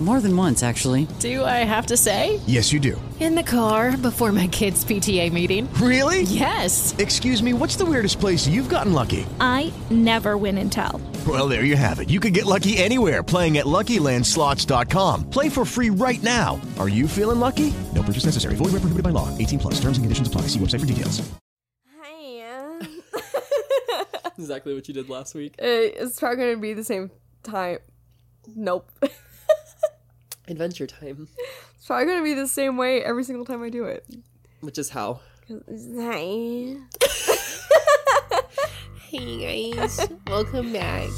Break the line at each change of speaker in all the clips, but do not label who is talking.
More than once, actually.
Do I have to say?
Yes, you do.
In the car before my kids' PTA meeting.
Really?
Yes.
Excuse me, what's the weirdest place you've gotten lucky?
I never win and tell.
Well, there you have it. You can get lucky anywhere playing at LuckyLandSlots.com. Play for free right now. Are you feeling lucky? No purchase necessary. Void where prohibited by law. 18 plus. Terms and conditions apply. See website for details.
Hi.
exactly what you did last week.
it's probably going to be the same time. Nope. it's
Adventure time,
probably going to be the same way every single time I do it.
which is how.
Hi.
Hey guys, welcome back.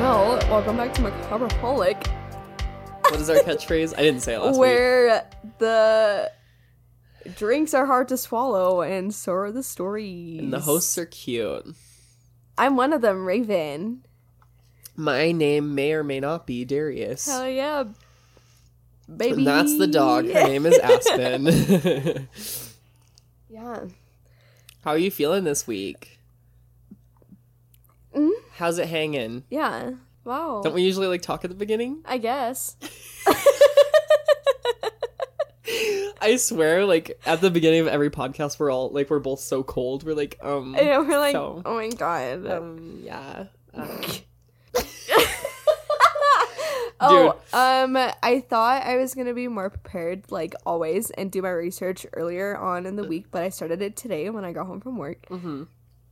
Well, welcome back to Macabraholic,
What is our catchphrase? I didn't say it last week.
where the drinks are hard to swallow and so are the stories.
And the hosts are cute.
I'm one of them, Raven.
My name may or may not be Darius.
Hell yeah. Baby.
And that's the dog. Her name is Aspen.
Yeah.
how are you feeling this week?
Mm-hmm.
How's it hanging?
Yeah. Wow.
Don't we usually like talk at the beginning?
I guess.
I swear, like at the beginning of every podcast, we're all like we're both so cold. We're like, um,
Yeah, we're like,
So-
oh my god.
um, yeah. um,
oh, um, I thought I was gonna be more prepared, like always, and do my research earlier on
Uh.
in the week, but I started it today when I got home from work.
mhm.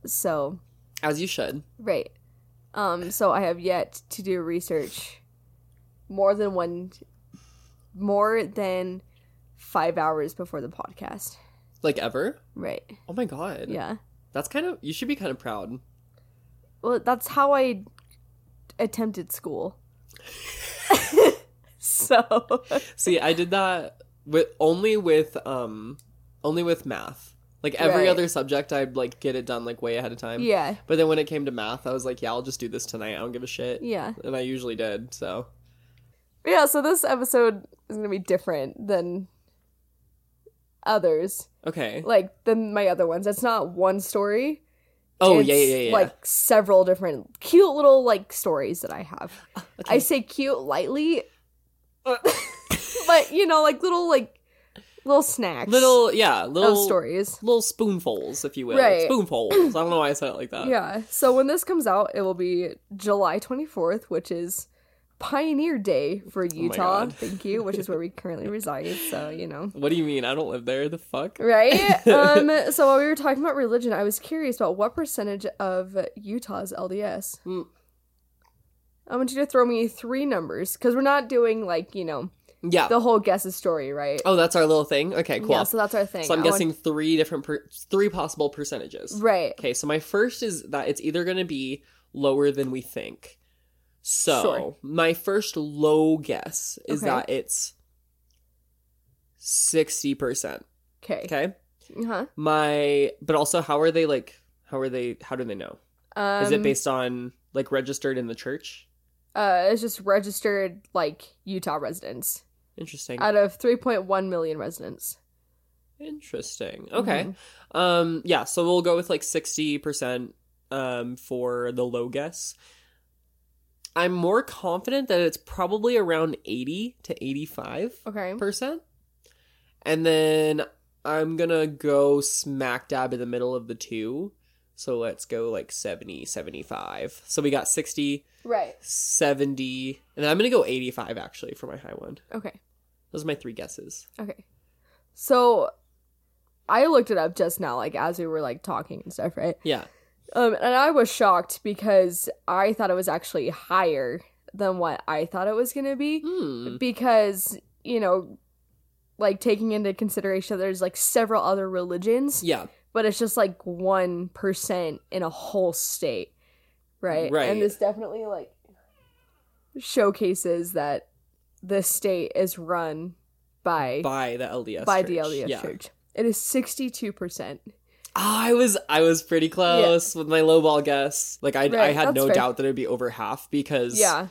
So,
As you should.
right. Um, so I have yet to do research more than one, more than five hours before the podcast.
Like ever.
Right.
Oh my god.
Yeah.
That's kind of you should be kind of proud.
Well, that's how I attempted school. so
See, I did that with only with um only with math. Like every
Right.
other subject I'd like get it done like way ahead of time.
yeah,
But then when it came to math, I was like, yeah, I'll just do this tonight. I don't give a shit.
yeah,
And I usually did. So,
yeah. So this episode is gonna be different than others,
okay.
like than my other ones. It's not one story.
oh,
It's,
yeah, yeah, yeah. yeah.
Like several different cute little like stories that I have. I say cute lightly, but you know, like little like little snacks,
little yeah,
of
little
Oh, stories.
little spoonfuls, if you will.
Right.
Spoonfuls. I don't know why I said it like that.
Yeah. So when this comes out, it will be July 24th, which is Pioneer Day for Utah.
Oh God.
Thank you, which is where we currently reside. So, you know.
What do you mean? I don't live there. The fuck?
Right? um, so while we were talking about religion, I was curious about what percentage of Utah's LDS.
Hmm.
I want you to throw me three numbers because we're not doing like, you know,
Yeah.
the whole guesses story, right?
oh, that's our little thing. Okay, cool.
Yeah, so that's our thing.
So I'm
I want-
guessing three different, per- three possible percentages.
Right.
Okay, so my first is that it's either going to be lower than we think. So
Sure.
my first low guess is
Okay.
that it's sixty percent.
Okay.
Okay,
Uh-huh.
my but also how are they like? How are they? How do they know?
Um,
is it based on like registered in the church?
Uh, it's just registered like Utah residents.
Interesting.
out of 3.1 million residents.
Interesting. Okay.
Mm-hmm.
Um yeah, so we'll go with like 60% um for the low guess. I'm more confident that it's probably around 80 to 85%.
Okay.
And then I'm going to go smack dab in the middle of the two. So let's go like 70, 75. So we got 60,
Right.
70, and then I'm going to go 85 actually for my high one.
Okay.
Those are my three guesses.
Okay. So I looked it up just now, like as we were like talking and stuff, right?
Yeah.
Um, and I was shocked because I thought it was actually higher than what I thought it was going to be
Hmm.
because, you know, like taking into consideration there's like several other religions,
Yeah.
but it's just like 1% in a whole state. Right?
Right.
And this definitely like showcases that the state is run by by,
by the LDS church.
the LDS Church. It is sixty two percent.
Ah, I was I was pretty close with my lowball guess. Like I I
Right,
had
that's
no
fair.
doubt that it'd be over half because
Yeah,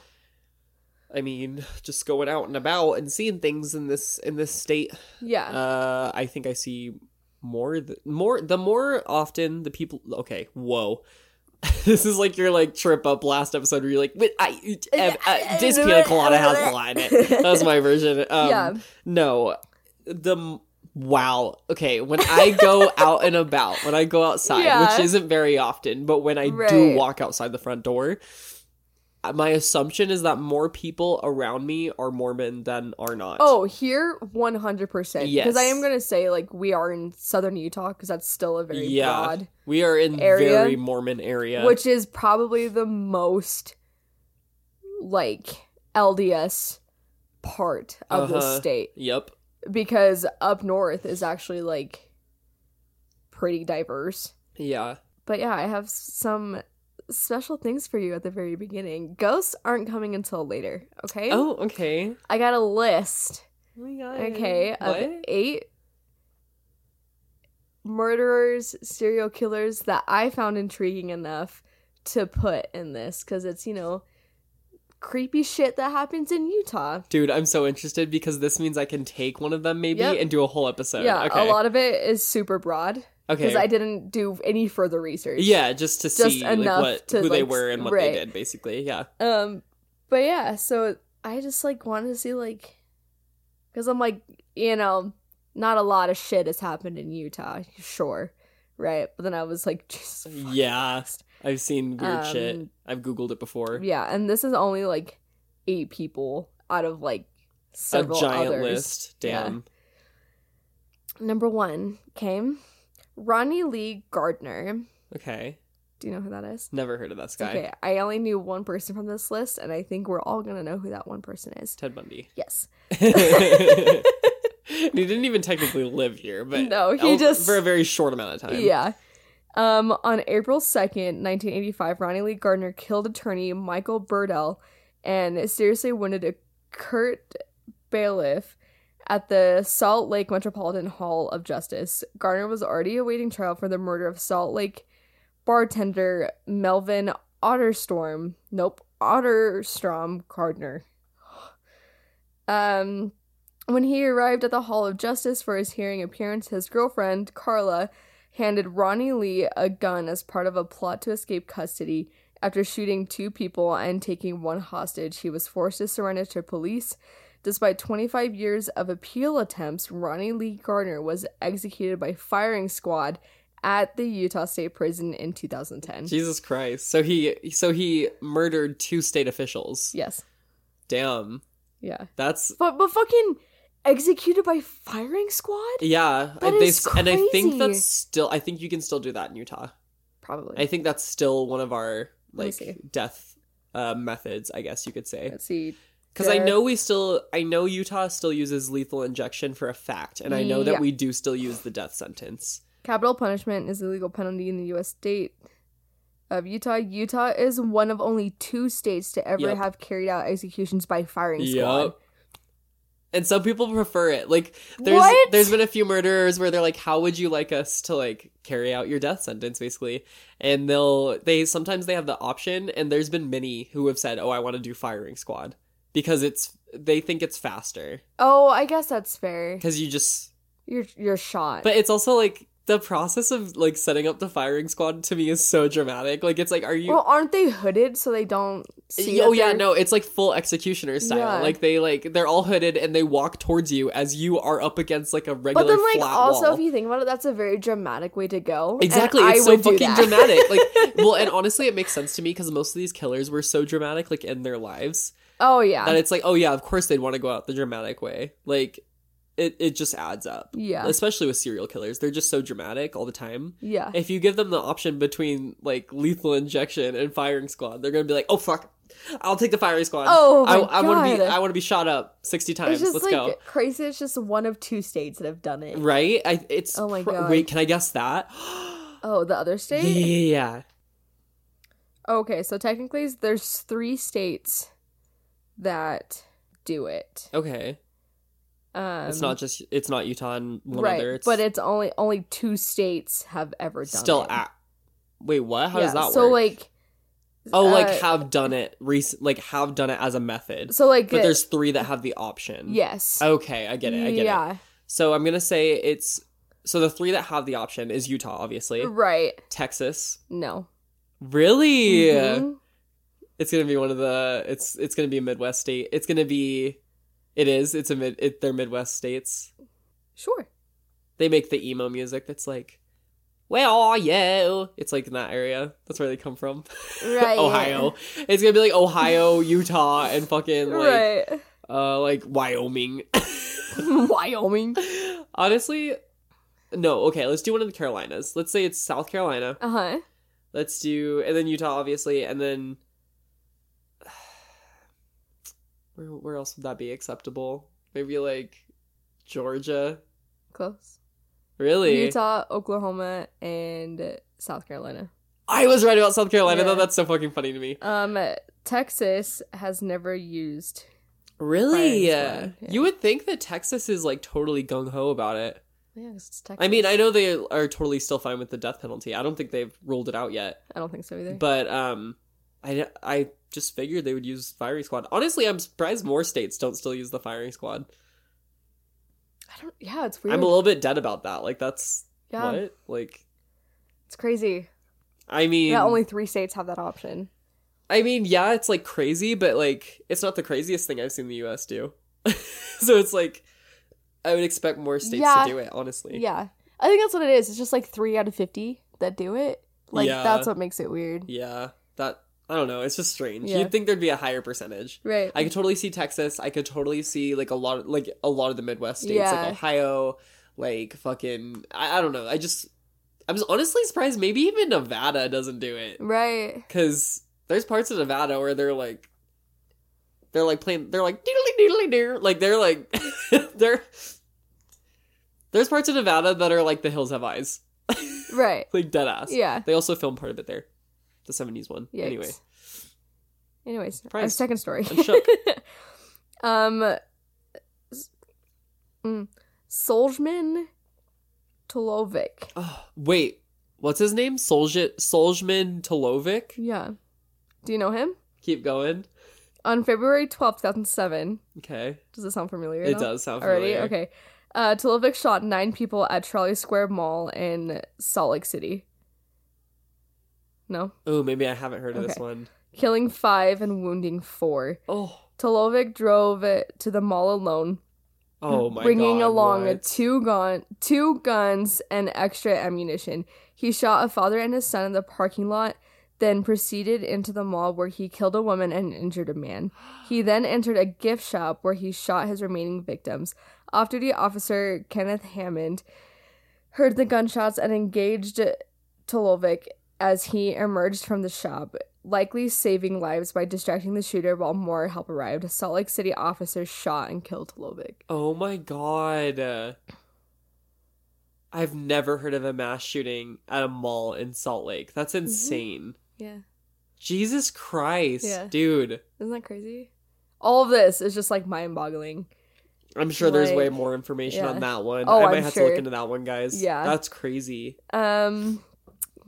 I mean just going out and about and seeing things in this in this state.
yeah.
Uh, I think I see more th- more the more often the people. Okay, whoa. this is like your like trip up last episode where you're like, "Wait, I eat ev- uh, this pina colada has blah in it. That was my version. Um,
Yeah.
No, the m- wow. Okay, when I go out and about, when I go outside,
Yeah.
which isn't very often, but when I do
Right.
walk outside the front door. uh, My assumption is that more people around me are Mormon than are not.
Oh, here, one hundred percent. Because I
Yes.
am gonna say like we are in southern Utah because that's still a very broad,
we are in
area,
very Mormon area.
which is probably the most like LDS part of the
Uh-huh.
state
yep,
because up north is actually like pretty diverse.
yeah,
But yeah, I have some special things for you at the very beginning. Ghosts aren't coming until later. Okay.
Oh, okay.
I got a list.
Oh my god.
Okay, of
What?
eight murderers, serial killers that I found intriguing enough to put in this because it's, you know, creepy shit that happens in Utah.
Dude, I'm so interested because this means I can take one of them maybe
Yep.
and do a whole episode.
yeah,
okay.
a lot of it is super broad
Okay.
because I didn't do any further research.
yeah, just to
Just
see like
enough
what
to,
who they
like,
were and what
right.
they did, basically. Yeah.
Um, but yeah, so I just like wanted to see like, because I'm like, you know, not a lot of shit has happened in Utah, sure, right? But then I was like, Jesus fucking
Yeah.
Christ.
I've seen weird
Um,
shit. I've Googled it before.
Yeah, and this is only like eight people out of like
a
several
giant
others.
list. Damn.
Number one came Ronnie Lee Gardner.
Okay.
Do you know who that is?
Never heard of that
It's
guy.
Okay, I only knew one person from this list, and I think we're all gonna know who that one person is.
Ted Bundy.
Yes.
he didn't even technically live here, but
No, he
oh,
just-
for a very short amount of time.
Yeah. Um, on April 2nd, 1985, Ronnie Lee Gardner killed attorney Michael Burdell and seriously wounded a Kurt bailiff at the Salt Lake Metropolitan Hall of Justice. Gardner was already awaiting trial for the murder of Salt Lake bartender Melvin Otterstorm. Nope, Otterstrom Gardner. Um, when he arrived at the Hall of Justice for his hearing appearance, his girlfriend, Carla, handed Ronnie Lee a gun as part of a plot to escape custody. After shooting two people and taking one hostage, he was forced to surrender to police. Despite 25 years of appeal attempts, Ronnie Lee Gardner was executed by firing squad at the Utah State Prison in 2010.
Jesus Christ. So he so he murdered two state officials.
Yes.
Damn.
Yeah.
That's
But but fucking executed by firing squad?
yeah.
That
I- they
is
s- And I think
crazy.
that's still I think you can still do that in Utah.
Probably.
I think that's still one of our
Let me
like
see.
death uh, methods, I guess you could say.
Let's see.
Because I
There-
know we still I know Utah still uses lethal injection for a fact, and I know
Mm, Yeah.
that we do still use the death sentence.
Capital punishment is a legal penalty in the U.S. state of Utah. Utah is one of only two states to ever
Yep.
have carried out executions by firing squad.
Yup. And some people prefer it. Like there's
What?
there's been a few murderers where they're like, How would you like us to like carry out your death sentence, basically? And they'll they sometimes they have the option and there's been many who have said, Oh, I want to do firing squad because it's they think it's faster.
Oh, I guess that's fair.
Because you just
You're you're shot.
but it's also like the process of like setting up the firing squad to me is so dramatic. Like it's like are you
well, aren't they hooded so they don't see?
oh
that
yeah,
they're-
no, it's like full executioner style.
Yeah.
Like they like they're all hooded and they walk towards you as you are up against like a regular
But then, like,
flat
also,
wall.
if you think about it, that's a very dramatic way to go. and
Exactly,
I
it's so
would do
fucking
that.
dramatic. Like, well, and honestly, it makes sense to me because most of these killers were so dramatic, like in their lives,
oh yeah,
that it's like, oh yeah, of course they'd want to go out the dramatic way. Like, it it just adds up.
Yeah.
especially with serial killers, they're just so dramatic all the time.
yeah.
If you give them the option between like lethal injection and firing squad, they're gonna be like, "Oh fuck, I'll take the firing squad.
Oh, my
I, I want to be
God.
I want to be shot up sixty times.
it's just
Let's
like
go."
crazy. It's just one of two states that have done it.
Right? I, it's
Oh my
pro-
God.
Wait, can I guess that?
Oh, the other
yeah,
state.
yeah, yeah, yeah.
Okay, so technically there's three states that do it.
Okay.
Um,
it's not just it's not Utah and one
right,
other. It's
but it's only only two states have ever done
still
it.
at. Wait, what? How
yeah,
does that
so
work?
like
oh, like
uh,
have done it recent, like have done it as a method.
so like
but
uh,
there's three that have the option.
yes
Okay, I get it. I get it.
yeah
So I'm gonna say it's so the three that have the option is Utah, obviously,
right
Texas.
no
Really,
Mhm.
it's gonna be one of the. It's it's gonna be a Midwest state. It's gonna be. It is. It's a mid. It, they're Midwest states.
sure
They make the emo music that's like, "Where are you?" It's like in that area. That's where they come from.
right
Ohio. It's gonna be like Ohio, Utah, and fucking like
right
uh like Wyoming.
Wyoming
Honestly, no. Okay, let's do one of the Carolinas. Let's say it's South Carolina.
uh huh
Let's do and then Utah, obviously, and then where where else would that be acceptable? Maybe like Georgia.
close
Really?
Utah Oklahoma and South Carolina
I was right about South Carolina though.
Yeah.
That's so fucking funny to me.
um Texas has never used
Really?
Brian's one, yeah.
You would think that Texas is like totally gung ho about it.
yeah 'cause it's Texas
I mean, I know they are totally still fine with the death penalty. I don't think they've ruled it out yet.
I don't think so either
But um, I I just figured they would use firing squad. Honestly, I'm surprised more states don't still use the firing squad.
I don't yeah it's weird
I'm a little bit dead about that. Like that's
Yeah.
what like
it's crazy
I mean
yeah only three states have that option
I mean yeah, it's like crazy, but like it's not the craziest thing I've seen the U.S. do. so it's like I would expect more states
Yeah.
to do it. Honestly,
Yeah. I think that's what it is. It's just like 3 out of 50 that do it. Like
Yeah.
that's what makes it weird.
yeah. That I don't know. It's just strange.
Yeah.
You'd think there'd be a higher percentage.
Right.
I could totally see Texas. I could totally see like a lot of like a lot of the Midwest states,
Yeah.
like Ohio, like fucking I, I don't know. I just I'm just honestly surprised maybe even Nevada doesn't do it
right.
because there's parts of Nevada where they're like they're like playing they're like doodly doodly doo like they're like they're there's parts of Nevada that are like the hills have eyes
Right.
like dead ass
Yeah.
they also filmed part of it there the 70s one
Yikes.
anyway
Anyways, our
Surprised.
second story.
I'm shook
um S- mm, Solzman Tolovic.
Oh, wait, what's his name? Solj- Solzman Tolovic?
Yeah. Do you know him?
Keep going.
On February 12th, 2007.
Okay.
Does it sound familiar? at
It
all?
does sound
Already?
familiar.
Okay. Uh, Tolovic shot nine people at Trolley Square Mall in Salt Lake City. No?
Oh, maybe I haven't heard of this
Okay.
one.
killing five and wounding four.
Oh,
Tolovic drove it to the mall alone,
oh my
bringing
God,
along a
what?
two gun, two guns and extra ammunition. He shot a father and his son in the parking lot, then proceeded into the mall where he killed a woman and injured a man. He then entered a gift shop where he shot his remaining victims. Off duty officer Kenneth Hammond heard the gunshots and engaged Tolovic as he emerged from the shop, likely saving lives by distracting the shooter while more help arrived. Salt Lake City officers shot and killed Tolovic.
Oh my God. Uh, I've never heard of a mass shooting at a mall in Salt Lake. That's
Mm-hmm.
insane.
Yeah.
Jesus Christ,
Yeah.
dude.
Isn't that crazy? All of this is just like mind boggling.
I'm sure there's way
Like,
more information
yeah.
on that one.
Oh,
I might
I'm
have to
sure.
look into that one, guys.
Yeah.
That's crazy.
Um,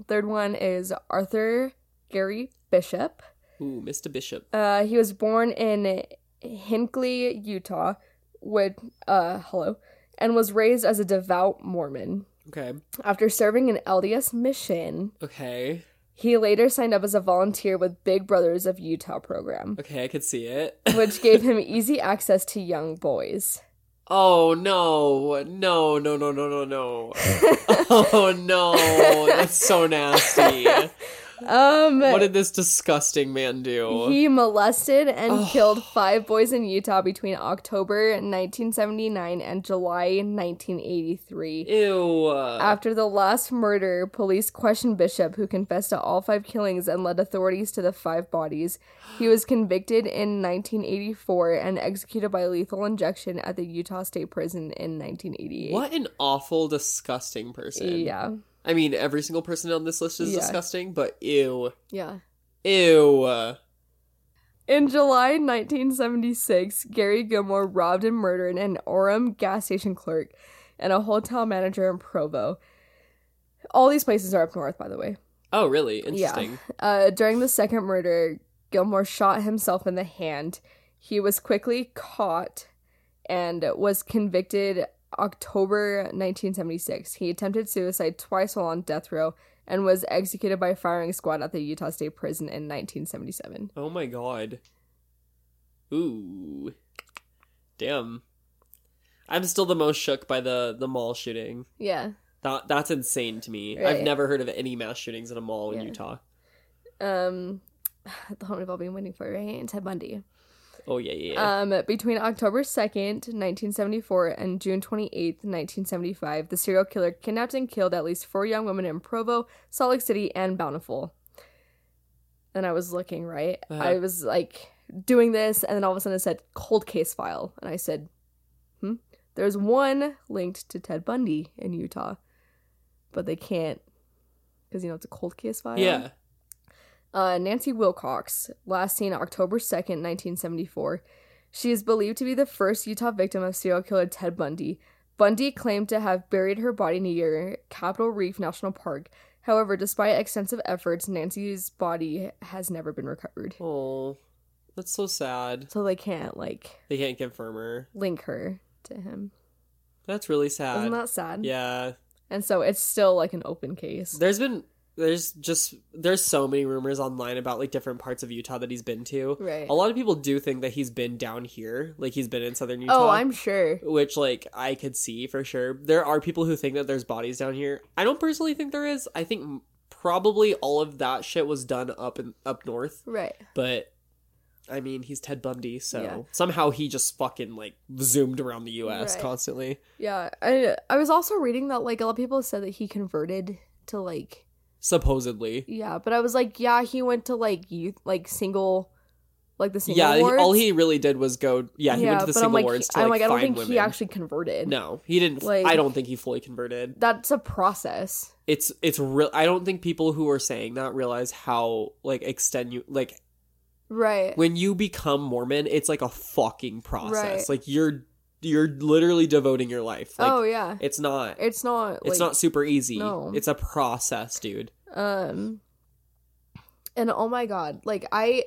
third one is Arthur Gary Bishop.
Ooh, Mr. Bishop.
Uh, he was born in Hinckley, Utah, with uh, hello, and was raised as a devout Mormon.
Okay.
After serving an LDS mission,
Okay.
he later signed up as a volunteer with Big Brothers of Utah program,
Okay, I could see it.
which gave him easy access to young boys.
Oh no, no, no, no, no, no, no. oh no, that's so nasty.
Um,
What did this disgusting man do?
He molested and killed five boys in Utah between October 1979 and July 1983.
Ew.
After the last murder, police questioned Bishop, who confessed to all five killings and led authorities to the five bodies. He was convicted in 1984 and executed by lethal injection at the Utah State Prison in 1988.
what an awful, disgusting person.
Yeah.
I mean, every single person on this list is
Yeah.
disgusting, but ew.
Yeah.
Ew.
In July 1976, Gary Gilmore robbed and murdered an Orem gas station clerk and a hotel manager in Provo. All these places are up north, by the way.
Oh, really?
Yeah.
Interesting.
Uh, during the second murder, Gilmore shot himself in the hand. He was quickly caught and was convicted October 1976. He attempted suicide twice while on death row and was executed by firing squad at the Utah State Prison in 1977.
Oh my god. Ooh. Damn. I'm still the most shook by the the mall shooting.
Yeah.
That that's insane to me. I've
Right.
never heard of any mass shootings in a mall in Utah.
Um the one we've all been waiting for, right? Ted Bundy.
Oh yeah, yeah. yeah.
Um, between October 2nd, 1974, and June 28th, 1975, the serial killer kidnapped and killed at least four young women in Provo, Salt Lake City, and Bountiful. And I was looking, right?
Uh-huh.
I was like doing this, and then all of a sudden it said cold case file. And I said, hmm, there's one linked to Ted Bundy in Utah, but they can't because, you know, it's a cold case file.
yeah.
Uh, Nancy Wilcox, last seen October 2nd, 1974. She is believed to be the first Utah victim of serial killer Ted Bundy. Bundy claimed to have buried her body near Capitol Reef National Park. However, despite extensive efforts, Nancy's body has never been recovered.
Oh. That's so sad.
So they can't, like,
They can't confirm her.
link her to him.
That's really sad.
Isn't that sad?
yeah.
And so it's still, like, an open case.
There's been there's just there's so many rumors online about like different parts of Utah that he's been to.
Right.
A lot of people do think that he's been down here, like he's been in southern Utah.
Oh, I'm sure.
which like I could see for sure. There are people who think that there's bodies down here. I don't personally think there is. I think m- probably all of that shit was done up in up north,
Right.
but I mean, he's Ted Bundy, so
Yeah.
somehow he just fucking like zoomed around the US
Right.
constantly.
Yeah. I, I was also reading that, like, a lot of people said that he converted to, like,
Supposedly.
Yeah, but I was like, yeah, he went to like youth, like single, like the single
yeah, he-
wards.
all he really did was go yeah, he went to the
but I'm
single
like,
wards to
I'm
like,
like, I don't
find
think
women.
he actually converted.
No, he didn't
Like-
I don't think he fully converted.
that's a process.
it's it's real i don't think people who are saying that realize how like extenu like
Right.
when you become mormon it's like a fucking process
Right.
like you're you're literally devoting your life like
oh yeah,
it's not
it's not.
it's
like,
not super easy
no.
it's a process dude
Um, and oh my god, like I,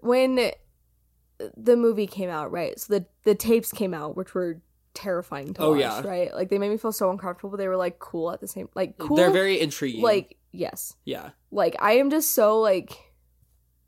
when the movie came out, right? So the the tapes came out, which were terrifying to
Oh,
watch,
yeah.
right? Like they made me feel so uncomfortable. but They were like cool at the same, like cool.
they're very intriguing
like yes.
yeah
Like I am just so like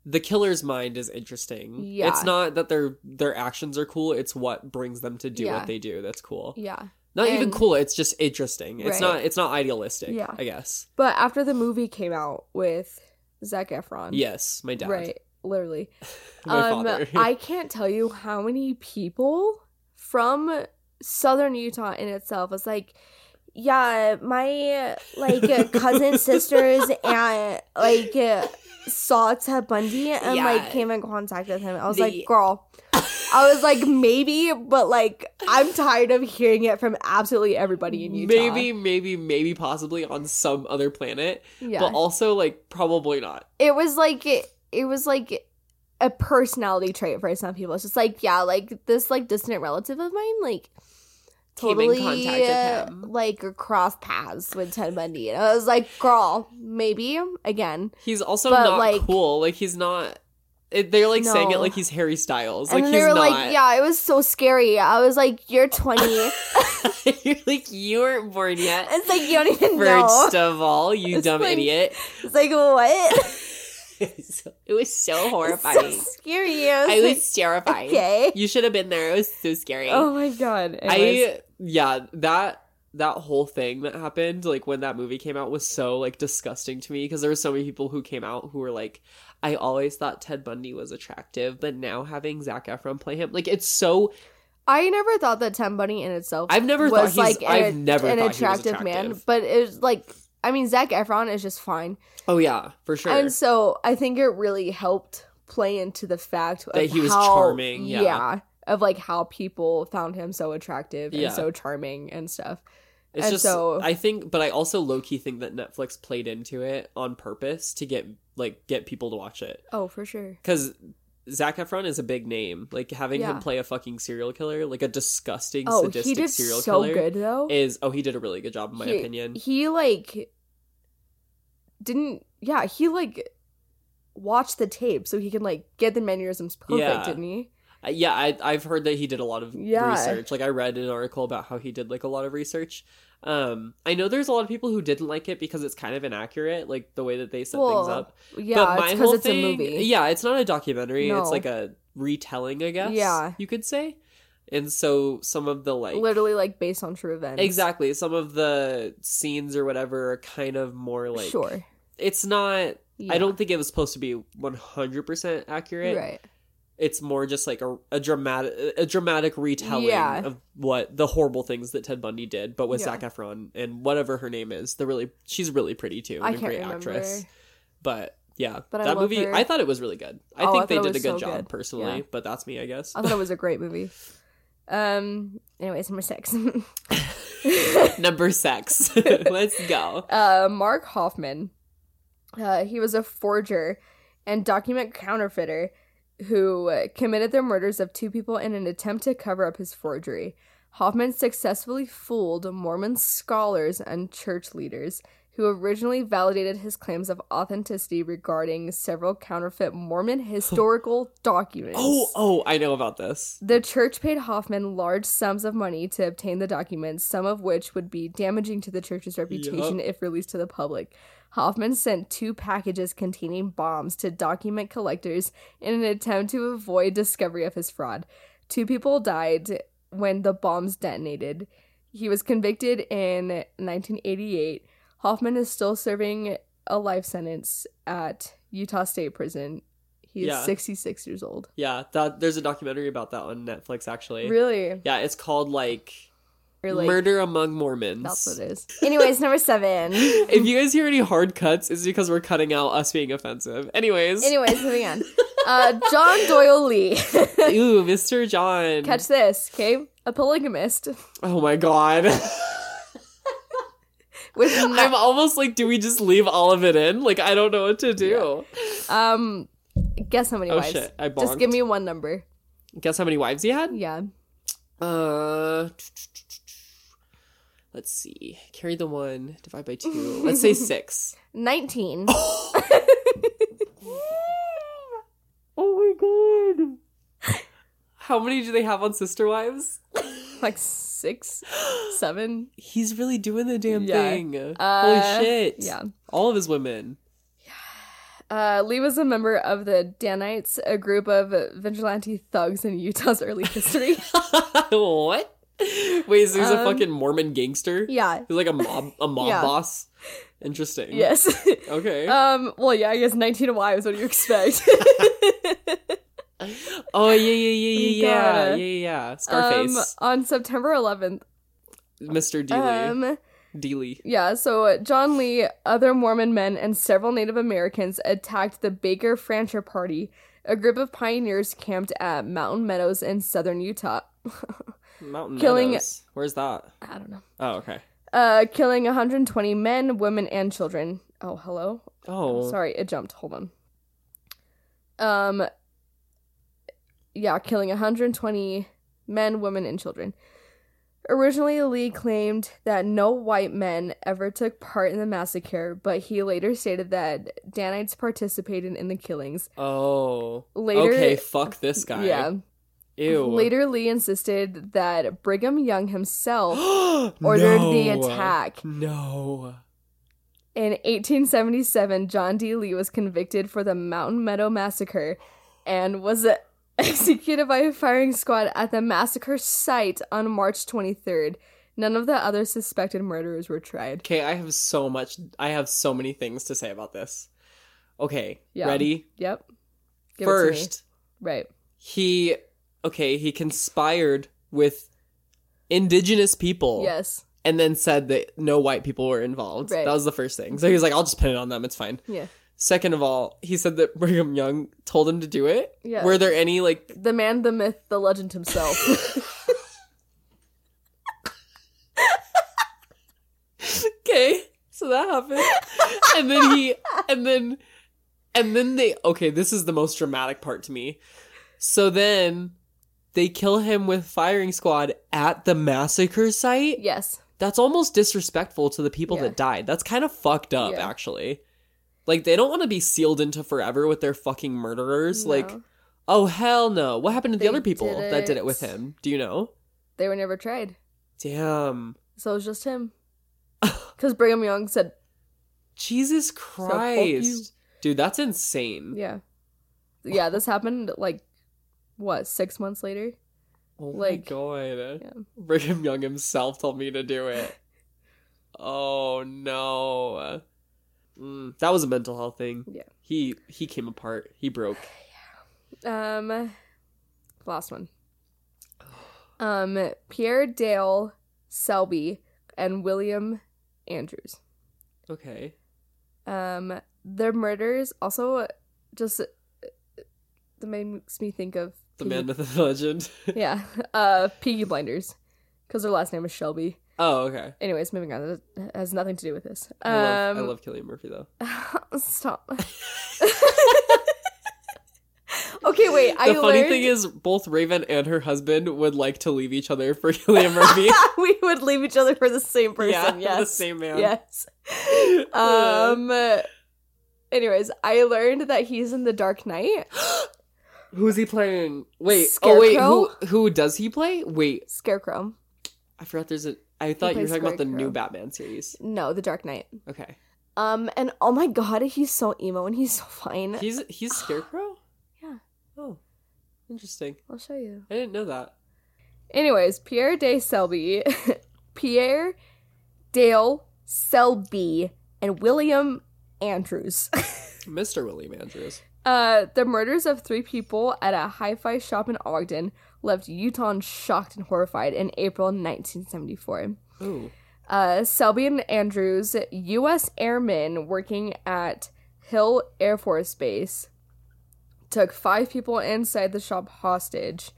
the killer's mind is interesting
Yeah.
it's not that their their actions are cool it's what brings them to do
Yeah.
what they do that's cool
yeah.
not even
And-
cool it's just interesting it's
Right.
not it's not idealistic
Yeah.
i guess
But after the movie came out with Zach Efron,
yes my dad
right, literally,
my
um,
father
I can't tell you how many people from Southern Utah in itself was like. Yeah, my like uh, cousin sisters and like uh, saw Ted Bundy and like came in contact with him. I was like, girl, I was like maybe, but like I'm tired of hearing it from absolutely everybody in Utah.
Maybe, maybe, maybe, possibly on some other planet,
yeah.
but also like probably not.
it was like it, was like a personality trait for some people. It's just like yeah, like this like distant relative of mine like
Came in
totally
contact with
uh,
him.
like crossed paths with Ted Bundy, and I was like, girl, maybe again.
He's also
But,
not
like-
cool. Like he's not. It, they're like saying it
No.
like he's Harry Styles.
And
like
then
he's
they were
not.
like, yeah, it was so scary. I was like, you're 20. it's
You're like you weren't born yet.
like you don't even know.
First of all, you dumb
like-
idiot.
It's like what?
it was so horrifying.
so scary. I was,
I
like,
was terrified.
okay.
You should have been there. It was so scary.
Oh my god. Anyways.
I yeah, that that whole thing that happened, like when that movie came out was so like disgusting to me because there were so many people who came out who were like, I always thought Ted Bundy was attractive, but now having Zach Efron play him, like it's so
I never thought that Ted Bundy in itself.
I've never thought he's I've never
an
thought
attractive,
he was attractive.
man, but it was like I mean Zach Efron is just fine,
Oh yeah, for sure.
and so I think it really helped play into the fact
That
of
he was
how-
charming, yeah.
of like how people found him so attractive
Yeah.
and so charming and stuff.
It's
And
just
so-
I think, but I also low key think that Netflix played into it on purpose to get like get people to watch it
Oh, for sure.
because Zac Efron is a big name. Like having
Yeah.
him play a fucking serial killer, like a disgusting,
Oh,
sadistic
he did
serial
so
killer,
good though.
is oh he did a really good job in my
he,
opinion.
He like didn't yeah, he like watched the tape so he can like get the mannerisms perfect,
Yeah.
didn't he?
Uh, yeah, I, I've heard that he did a lot of
Yeah.
research. Like I read an article about how he did like a lot of research. Um, I know there's a lot of people who didn't like it because it's kind of inaccurate, like the way that they set
Well,
things up.
Yeah, it's because it's a
thing-
movie.
Yeah, it's not a documentary.
No.
It's like a retelling, I guess.
Yeah.
you could say. And so some of the like
Literally like based on true events.
exactly some of the scenes or whatever are kind of more like
sure.
It's not.
Yeah.
I don't think it was supposed to be 100 percent accurate
Right.
it's more just like a, a dramatic a dramatic retelling
Yeah.
of what the horrible things that Ted Bundy did, but with
Yeah.
Zac Efron and whatever her name is. The really she's really pretty too, and
I
a
can't
great
remember.
actress. But yeah,
But I
that
love
movie
her.
I thought it was really good. I
Oh, I
think
thought
they
it
did a
was
good
so
job
good.
personally,
Yeah.
but that's me, I guess.
I thought it was a great movie. Um anyways, number six.
Number six, let's go.
uh, Mark Hoffman. Uh, he was a forger and document counterfeiter who uh, committed the murders of two people in an attempt to cover up his forgery. Hoffman successfully fooled Mormon scholars and church leaders who originally validated his claims of authenticity regarding several counterfeit Mormon historical documents.
Oh, oh, I know about this.
The church paid Hoffman large sums of money to obtain the documents, some of which would be damaging to the church's reputation if released to the public. Hoffman sent two packages containing bombs to document collectors in an attempt to avoid discovery of his fraud. Two people died when the bombs detonated. He was convicted in 1988. Hoffman is still serving a life sentence at Utah State Prison. He is
Yeah.
66 years old.
Yeah, that there's a documentary about that on Netflix actually.
Really?
Yeah, it's called like,
Or, like-
Murder Among Mormons.
That's what it is. Anyways, number seven.
if you guys hear any hard cuts, it's because we're cutting out us being offensive. Anyways,
Anyways, moving on. Uh, John Doyle Lee.
ooh, Mr. John.
Catch this, okay? A polygamist
oh my god.
with
I'm
ni-
almost like, do we just leave all of it in? Like, I don't know what to do.
um, guess how many
Oh,
wives?
shit, I
Just give
bonked.
me one number.
Guess how many wives he had?
Yeah,
Uh, let's see. Carry the one, divide by two. Let's say six.
nineteen.
Oh my god. How many do they have on Sister Wives?
like six, seven.
He's really doing the damn
Yeah.
thing.
Uh,
Holy shit.
yeah.
All of his women.
Uh, Lee was a member of the Danites, a group of vigilante thugs in Utah's early history.
what? Wait, so he's a
Um,
fucking Mormon gangster?
yeah.
He's like a mob a mob
Yeah.
boss. Interesting.
Yes.
Okay.
um. Well, yeah. I guess nineteen wives. What do you expect?
oh yeah, yeah, yeah, yeah, yeah. Yeah,
gotta-
yeah, yeah.
um.
Scarface.
On September eleventh.
Mr. Dealey.
Um.
Dealey.
Yeah, so uh, John Lee, other Mormon men, and several Native Americans attacked the Baker Francher Party, a group of pioneers camped at Mountain Meadows in southern Utah.
Mountain
killing-
Meadows. Where's that?
I don't know.
Oh, okay.
Uh, killing 120 men, women, and children. Oh, hello.
Oh.
Sorry, it jumped. Hold on. Um. Yeah, killing 120 men, women, and children. Originally, Lee claimed that no white men ever took part in the massacre, but he later stated that Danites participated in the killings.
Oh.
Later-
Okay, fuck this guy.
Yeah.
Ew.
Later, Lee insisted that Brigham Young himself ordered the
No.
attack.
No.
In 1877, John D. Lee was convicted for the Mountain Meadow Massacre and was uh, executed by a firing squad at the massacre site on March 23rd. None of the other suspected murderers were tried.
Okay, I have so much I have so many things to say about this. Okay,
Yeah.
ready?
Yep. Give it to me.
First,
Right.
he okay he conspired with indigenous people
Yes.
and then said that no white people were involved
Right.
that was the first thing so he was like i'll just pin it on them it's fine
Yeah.
second of all he said that brigham young told him to do it
Yeah.
were there any like
The man, the myth, the legend himself.
okay so that happened and then he and then and then they okay this is the most dramatic part to me so then they kill him with firing squad at the massacre site
Yes.
that's almost disrespectful to the people
Yeah.
that died that's kind of fucked up
Yeah.
actually like they don't want to be sealed into forever with their fucking murderers like oh hell no what happened to
They
the other people
did
that did
it.
it with him do you know
They were never tried.
damn
So it was just him. Because Brigham Young said,
jesus
you.
christ dude that's insane
yeah. Yeah, this happened like, what, six months later?
Oh
Like-
my god. Brigham Young himself told me to do it. oh no. Mm, that was a mental health thing.
Yeah.
He he came apart. He broke.
Um, last one. Um, Pierre Dale Selby and William Andrews.
Okay.
Um, their murders also just uh, that makes me think of
The
Peaky-
man with the legend.
Yeah, uh, Peaky Blinders, because their last name is Shelby.
oh, okay.
Anyways, moving on. That has nothing to do with this.
I love, I
Um,
love Killian Murphy though.
stop. okay, wait. I
the funny
learned...
thing is, both Raven and her husband would like to leave each other for Killian Murphy.
we would leave each other for the same person. yes.
yeah, the same man.
Yes. Um. Anyways, I learned that he's in The Dark Knight.
Who's he playing? Wait. Oh wait. Who
Scarecrow?
who does he play? Wait.
Scarecrow.
I forgot. There's a. I thought you were
plays
talking about the new
Scarecrow.
Batman series.
No, The Dark Knight.
Okay.
Um. And oh my God, he's so emo and he's so fine.
He's he's Scarecrow?
Yeah.
Oh. Interesting.
I'll show you.
I didn't know that.
Anyways, Pierre de Selby, Pierre Dale Selby, and William Andrews.
Mr. William Andrews.
Uh, the murders of three people at a hi-fi shop in Ogden left Utah shocked and horrified in April 1974.
Ooh.
Uh, Selby and Andrews, U.S. airmen working at Hill Air Force Base, took five people inside the shop hostage.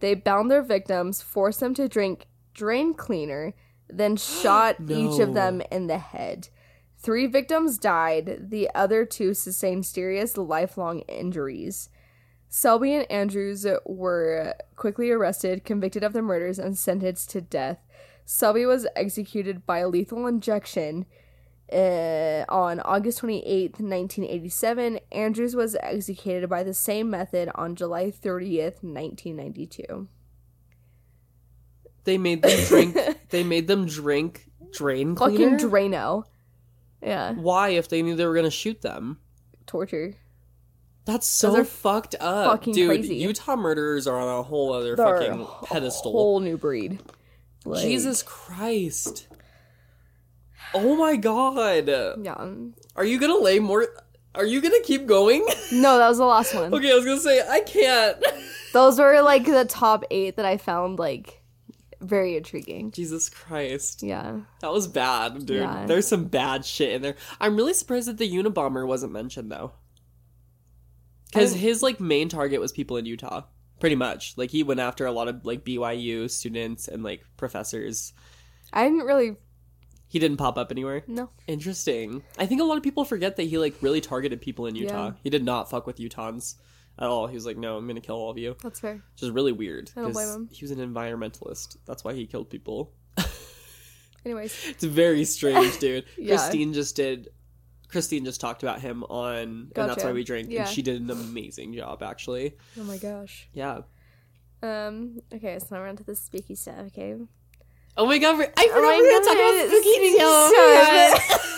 They bound their victims, forced them to drink drain cleaner, then shot each
No.
of them in the head. Three victims died, the other two sustained serious lifelong injuries. Selby and Andrews were quickly arrested, convicted of the murders, and sentenced to death. Selby was executed by lethal injection uh, on August 28th, 1987. Andrews was executed by the same method on July 30th, 1992.
They made them drink they made them drink drain cleaner.
Fucking Drano. Yeah,
Why if they knew they were gonna shoot them?
torture.
That's so
Those are
fucked up.
fucking
Dude,
crazy.
Utah murderers are on a whole other
They're
fucking
a
pedestal.
Whole new breed. Like-
Jesus Christ. Oh my god.
Yeah.
Are you gonna lay more are you gonna keep going?
No, that was the last one.
okay, I was gonna say I can't.
Those were like the top eight that I found like very intriguing.
Jesus Christ.
Yeah.
That was bad, dude.
Yeah.
There's some bad shit in there. I'm really surprised that the Unabomber wasn't mentioned though. Cuz his like main target was people in Utah, pretty much. Like he went after a lot of like BYU students and like professors.
I didn't really
He didn't pop up anywhere.
No.
Interesting. I think a lot of people forget that he like really targeted people in Utah.
Yeah.
He did not fuck with Utahns at all. He was like, "No, I'm going to kill all of you."
That's fair.
Which is really weird
I don't
'cause
blame him.
he was an environmentalist. That's why he killed people.
Anyways,
It's very strange, dude.
Yeah.
Christine just did. Christine just talked about him on, and that's
Gotcha.
why we drink.
Yeah.
And she did an amazing job, actually.
oh my gosh.
Yeah.
Um. Okay, so now we're onto the spooky stuff. Okay.
Oh my god, we're- I forgot
my
we were talking about
goodness,
spooky
spooky
stuff.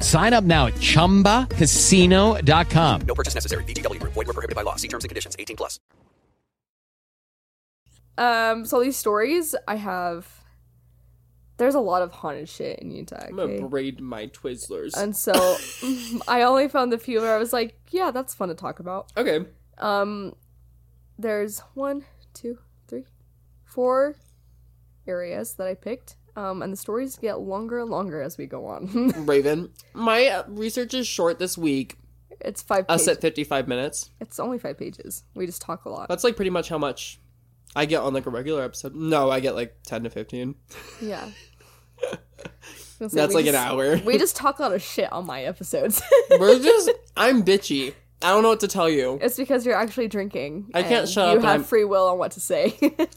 Sign up now at chumbacasino.com.
No purchase necessary. BGW. Void were prohibited by law. See terms and conditions. 18 plus.
Um, so all these stories I have. There's a lot of haunted shit in Utah.
I'm gonna
okay?
braid my Twizzlers.
And so I only found the few where I was like, yeah, that's fun to talk about.
okay.
Um, there's one, two, three, four areas that I picked. Um, and the stories get longer and longer as we go on.
Raven, my uh, research is short this week.
it's five
Us
pages.
at 55 minutes.
it's only five pages. We just talk a lot.
That's like pretty much how much I get on like a regular episode. No, I get like 10 to 15.
yeah.
That's like an hour.
We just talk a lot of shit on my episodes.
We're just, I'm bitchy. I don't know what to tell you.
it's because you're actually drinking.
I can't
and
shut
You
up,
have
I'm-
free will on what to say.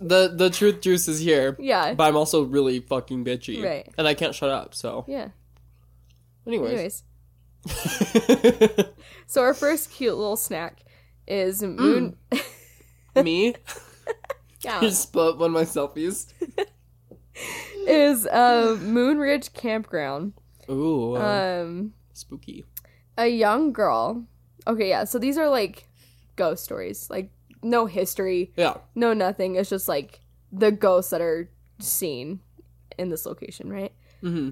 The the truth juice is here.
Yeah.
But I'm also really fucking bitchy.
Right.
And I can't shut up, so.
yeah.
Anyways.
Anyways. so our first cute little snack is
Mm.
moon.
Me? I
Yeah.
just split one of my selfies.
is uh, Moon Ridge Campground.
Ooh. uh,
Um,
spooky.
a young girl. Okay, yeah. So these are like ghost stories. Like no history,
Yeah.
no nothing. It's just like the ghosts that are seen in this location, right?
Mm-hmm.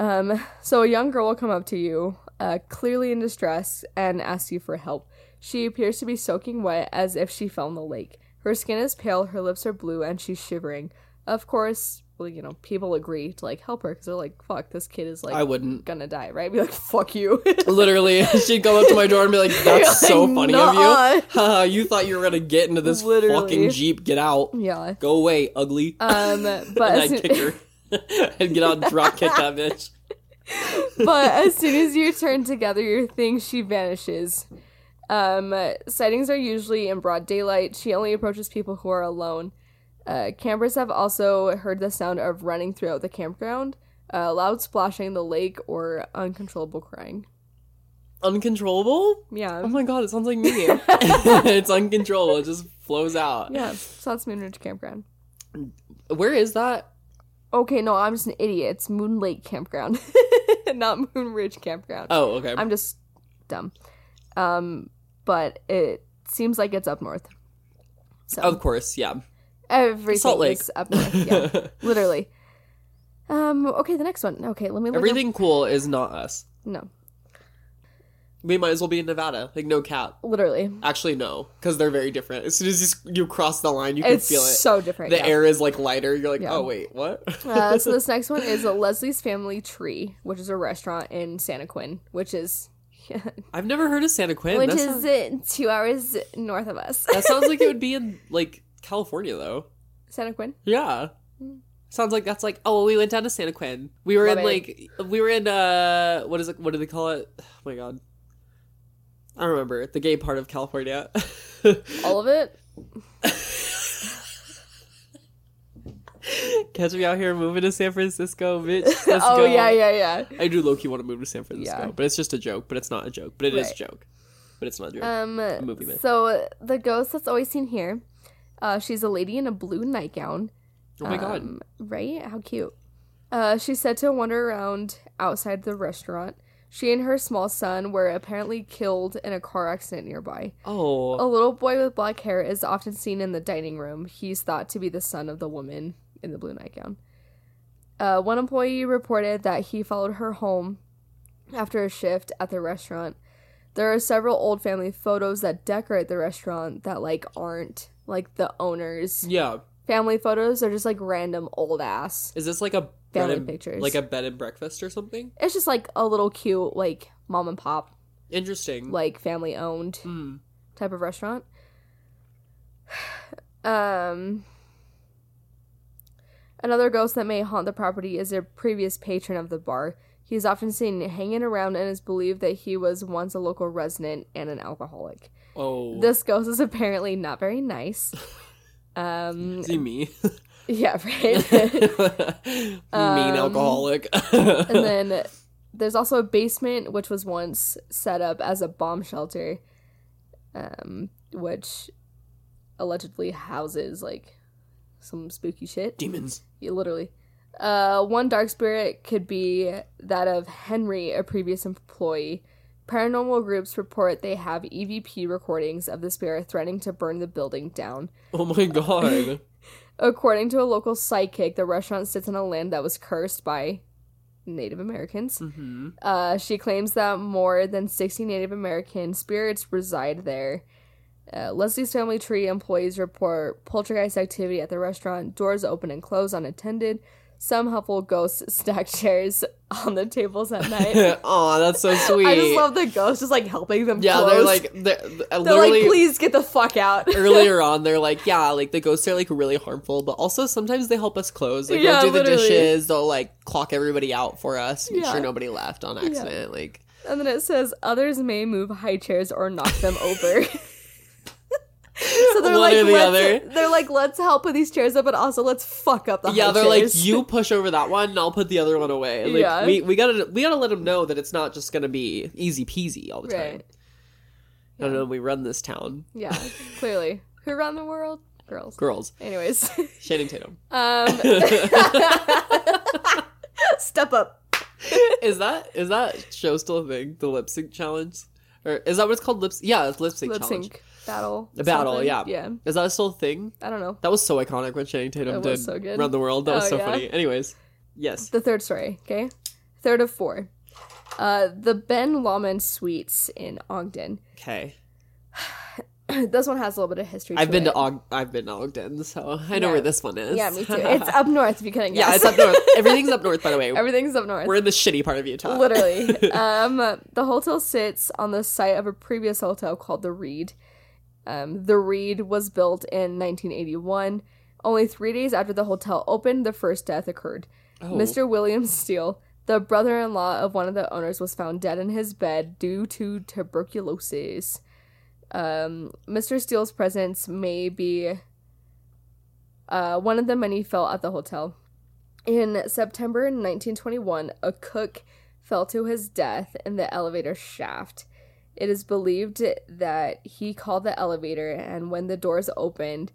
Um, so a young girl will come up to you, uh, clearly in distress, and ask you for help. She appears to be soaking wet as if she fell in the lake. Her skin is pale, her lips are blue, and she's shivering. Of course, well, you know, people agree to like help her because they're like, "Fuck, this kid is like
I wouldn't.
gonna die," right? Be like, "Fuck you."
Literally, she'd go up to my door and be like, "That's so
like,
funny of
"Nuh-uh."
you. Haha, you thought you were gonna get into this
Literally.
fucking jeep. Get out.
yeah.
Go away, ugly."
Um, but
and
as,
I'd kick her. I'd get out, and drop kick that bitch.
but as soon as you turn to gather your things, she vanishes. Um, sightings are usually in broad daylight. She only approaches people who are alone. Uh, campers have also heard the sound of running throughout the campground, uh, loud splashing the lake, or uncontrollable crying.
Uncontrollable.
Yeah.
Oh my god, it sounds like me. it's uncontrollable. It just flows out.
Yeah, so that's Moon Ridge Campground.
Where is that?
Okay, no, I'm just an idiot. It's Moon Lake Campground, not Moon Ridge Campground.
Oh, okay.
I'm just dumb. Um, but it seems like it's up north. So
of course, yeah.
everything
Salt Lake.
is up north. Yeah, literally. Um. Okay, the next one. Okay, let me. Look Up.
Everything cool is not us.
No,
We might as well be in Nevada. Like no cap.
literally.
Actually, no, because they're very different. As soon as you, s- you cross the line, you can
It's
feel it.
so different.
the
yeah.
air is like lighter. You're like,
Yeah.
oh wait, what?
uh, so this next one is a Leslie's Family Tree, which is a restaurant in Santa Quinn, which is
I've never heard of Santa Quinn.
which
That,
is
sounds,
uh two hours north of us.
that sounds like it would be in like California though.
Santa Quinn.
Yeah, sounds like that's like oh we went down to Santa Quinn. We were
Love
in
it.
like we were in uh what is it? What do they call it? Oh my god, I don't remember the gay part of California.
All of it.
Catch me out here moving to San Francisco, bitch. Let's
oh
go.
yeah, yeah, yeah.
I do low key want to move to San Francisco,
Yeah.
but it's just a joke. But it's not a joke. But it is
Right.
a joke. But it's not a joke.
Um,
movie myth.
so the ghost that's always seen here, uh, she's a lady in a blue nightgown,
oh my god.
um, right? How cute. Uh, she's said to wander around outside the restaurant. She and her small son were apparently killed in a car accident nearby.
Oh,
A little boy with black hair is often seen in the dining room. He's thought to be the son of the woman in the blue nightgown. Uh, one employee reported that he followed her home after a shift at the restaurant. There are several old family photos that decorate the restaurant that like aren't like the owners.
yeah.
Family photos are just like random old ass.
Is this like a bed
Family
and,
pictures.
like a bed and breakfast or something?
It's just like a little cute like mom and pop
Interesting.
like family owned
Hmm.
type of restaurant. Um, another ghost that may haunt the property is a previous patron of the bar. He is often seen hanging around and is believed that he was once a local resident and an alcoholic.
Oh,
This ghost is apparently not very nice. Um,
see me,
yeah, right.
mean
Um,
alcoholic.
and then there's also a basement which was once set up as a bomb shelter um which allegedly houses like some spooky shit
Demons.
Yeah, literally uh one dark spirit could be that of henry a previous employee paranormal groups report they have evp recordings of the spirit threatening to burn the building down
Oh my god.
According to a local psychic, the restaurant sits on a land that was cursed by Native Americans.
Mm-hmm.
Uh, she claims that more than 60 Native American spirits reside there. Uh, Leslie's family tree employees report poltergeist activity at the restaurant, doors open and close unattended. Some helpful ghosts stack chairs on the tables at night.
Aw, that's so sweet.
I just love the ghosts just like helping them.
yeah,
close.
they're like they're,
they're
I literally
like, please get the fuck out.
earlier on they're like yeah like the ghosts are like really harmful but also sometimes they help us close like
Yeah,
they'll do the
literally.
dishes they'll like clock everybody out for us make
Yeah.
sure nobody left on accident like
And then it says others may move high chairs or knock them over. so they're
One
like,
or the
let's,
other.
they're like, let's help with these chairs up, but also let's fuck up the
yeah
high
they're like
chairs.
you push over that one and i'll put the other one away like
Yeah.
we, we gotta we gotta let them know that it's not just gonna be easy peasy all the time
right?
i don't know we run this town
Yeah, clearly, who run the world? Girls.
girls
Anyways,
shannon tatum
um, step up.
is that is that show still a thing the lip sync challenge or is that what it's called lip yeah it's lip sync
Lip
challenge
sync battle.
the battle
something.
yeah
Yeah.
is that still a thing
I don't know.
That was so iconic when Channing Tatum
That
did
was so good.
Run the World. That was
Oh,
so
yeah.
funny. Anyways, yes.
The third story, okay? Third of four. Uh, the Ben Lawman Suites in Ogden.
Okay.
this one has a little bit of history.
I've been
it.
to Og- I've been to Ogden, so I know
Yeah.
where this one is.
Yeah, me too. It's up north if you couldn't guess.
yeah, it's up north. Everything's up north, by the way.
Everything's up north.
We're in the shitty part of Utah.
Literally. um, the hotel sits on the site of a previous hotel called the Reed. Um, the Reed was built in 1981. Only three days after the hotel opened, the first death occurred. Mr. William Steele, the brother in law of one of the owners, was found dead in his bed due to tuberculosis. Um, Mr. Steele's presence may be uh, one of the many felt at the hotel. In September 1921, a cook fell to his death in the elevator shaft. It is believed that he called the elevator and when the doors opened,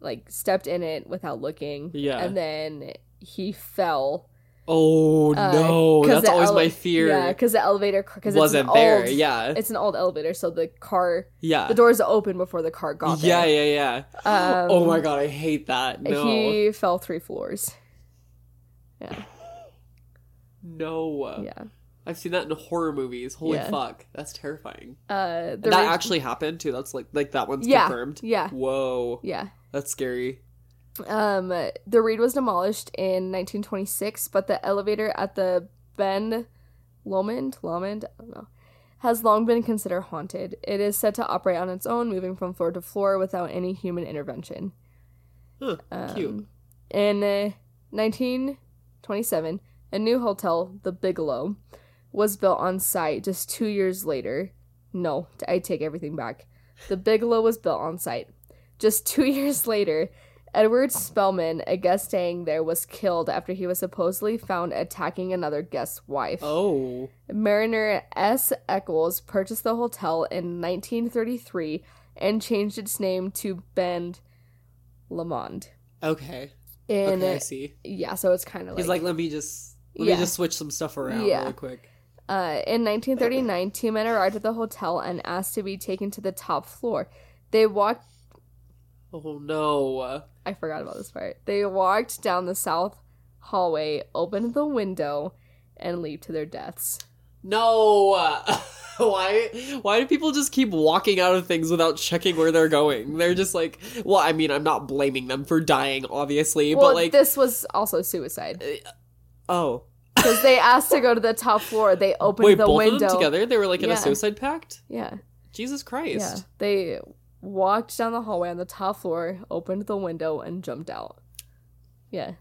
like stepped in it without looking.
Yeah.
And then he fell.
Oh
uh,
no,
'cause
that's
the
always
ele-
my fear.
Yeah, because the elevator because
Wasn't
it's an
there,
Old,
yeah.
it's an old elevator, so the car,
yeah.
the doors opened before the car got
yeah,
there.
yeah, yeah.
Um,
oh my god, I hate that. No,
He fell three floors.
no.
Yeah.
I've seen that in horror movies. Holy
Yeah.
fuck, that's terrifying.
Uh, the
that
re-
actually happened too. That's like like that one's
Yeah,
confirmed.
yeah.
Whoa,
yeah.
that's scary.
Um, the Reed was demolished in 1926, but the elevator at the Ben Lomond, Lomond, I don't know, has long been considered haunted. It is said to operate on its own, moving from floor to floor without any human intervention.
Huh,
Um,
cute.
In uh, 1927, a new hotel, the Bigelow, was built on site just two years later. No, I take everything back. The Bigelow was built on site. Just two years later, Edward Spellman, a guest staying there, was killed after he was supposedly found attacking another guest's wife.
Oh.
Mariner S. Eccles purchased the hotel in 1933 and changed its name to Bend Lamond.
Okay.
In
okay, I see.
yeah, so it's kind of like,
He's like, let me just let
Yeah.
me just switch some stuff around
Yeah.
really quick.
Uh, in 1939, two men arrived at the hotel and asked to be taken to the top floor. They walked.
Oh no.
I forgot about this part. They walked down the south hallway, opened the window, and leaped to their deaths.
No. why why do people just keep walking out of things without checking where they're going? They're just like, well, I mean, I'm not blaming them for dying obviously,
Well,
but like
this was also suicide
oh.
because they asked to go to the top floor. They opened
Wait,
the
both
window.
of them together? They were like in
Yeah.
a suicide pact?
Yeah,
Jesus
yeah.
Christ.
They walked down the hallway on the top floor, opened the window, and jumped out. Yeah,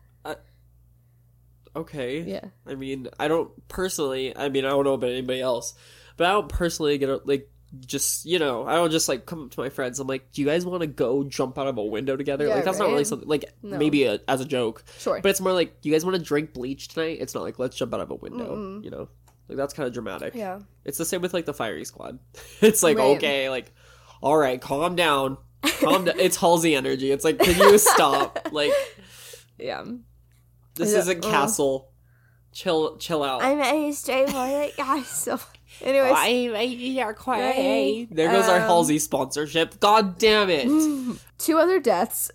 Okay.
Yeah.
I mean, I don't personally. I mean, I don't know about anybody else, but I don't personally get a- like just you know. I don't just like come up to my friends. I'm like, do you guys want to go jump out of a window together?
Yeah,
like that's not really
right?
something. Like
No.
maybe a, as a joke,
Sure.
but it's more like, do you guys want to drink bleach tonight? It's not like let's jump out of a window. You know, like that's kind of dramatic.
Yeah.
It's the same with like the firing squad. It's like
Right.
okay, like all right, calm down. Calm down. It's Halsey energy. It's like, can you stop? Like,
yeah.
this
Yeah,
isn't
uh.
Castle. Chill, chill out.
I'm a straight bullet. Yeah, so. Anyways.
Why are you are quiet?
Right.
There goes
Um,
our Halsey sponsorship. God damn it.
Two other deaths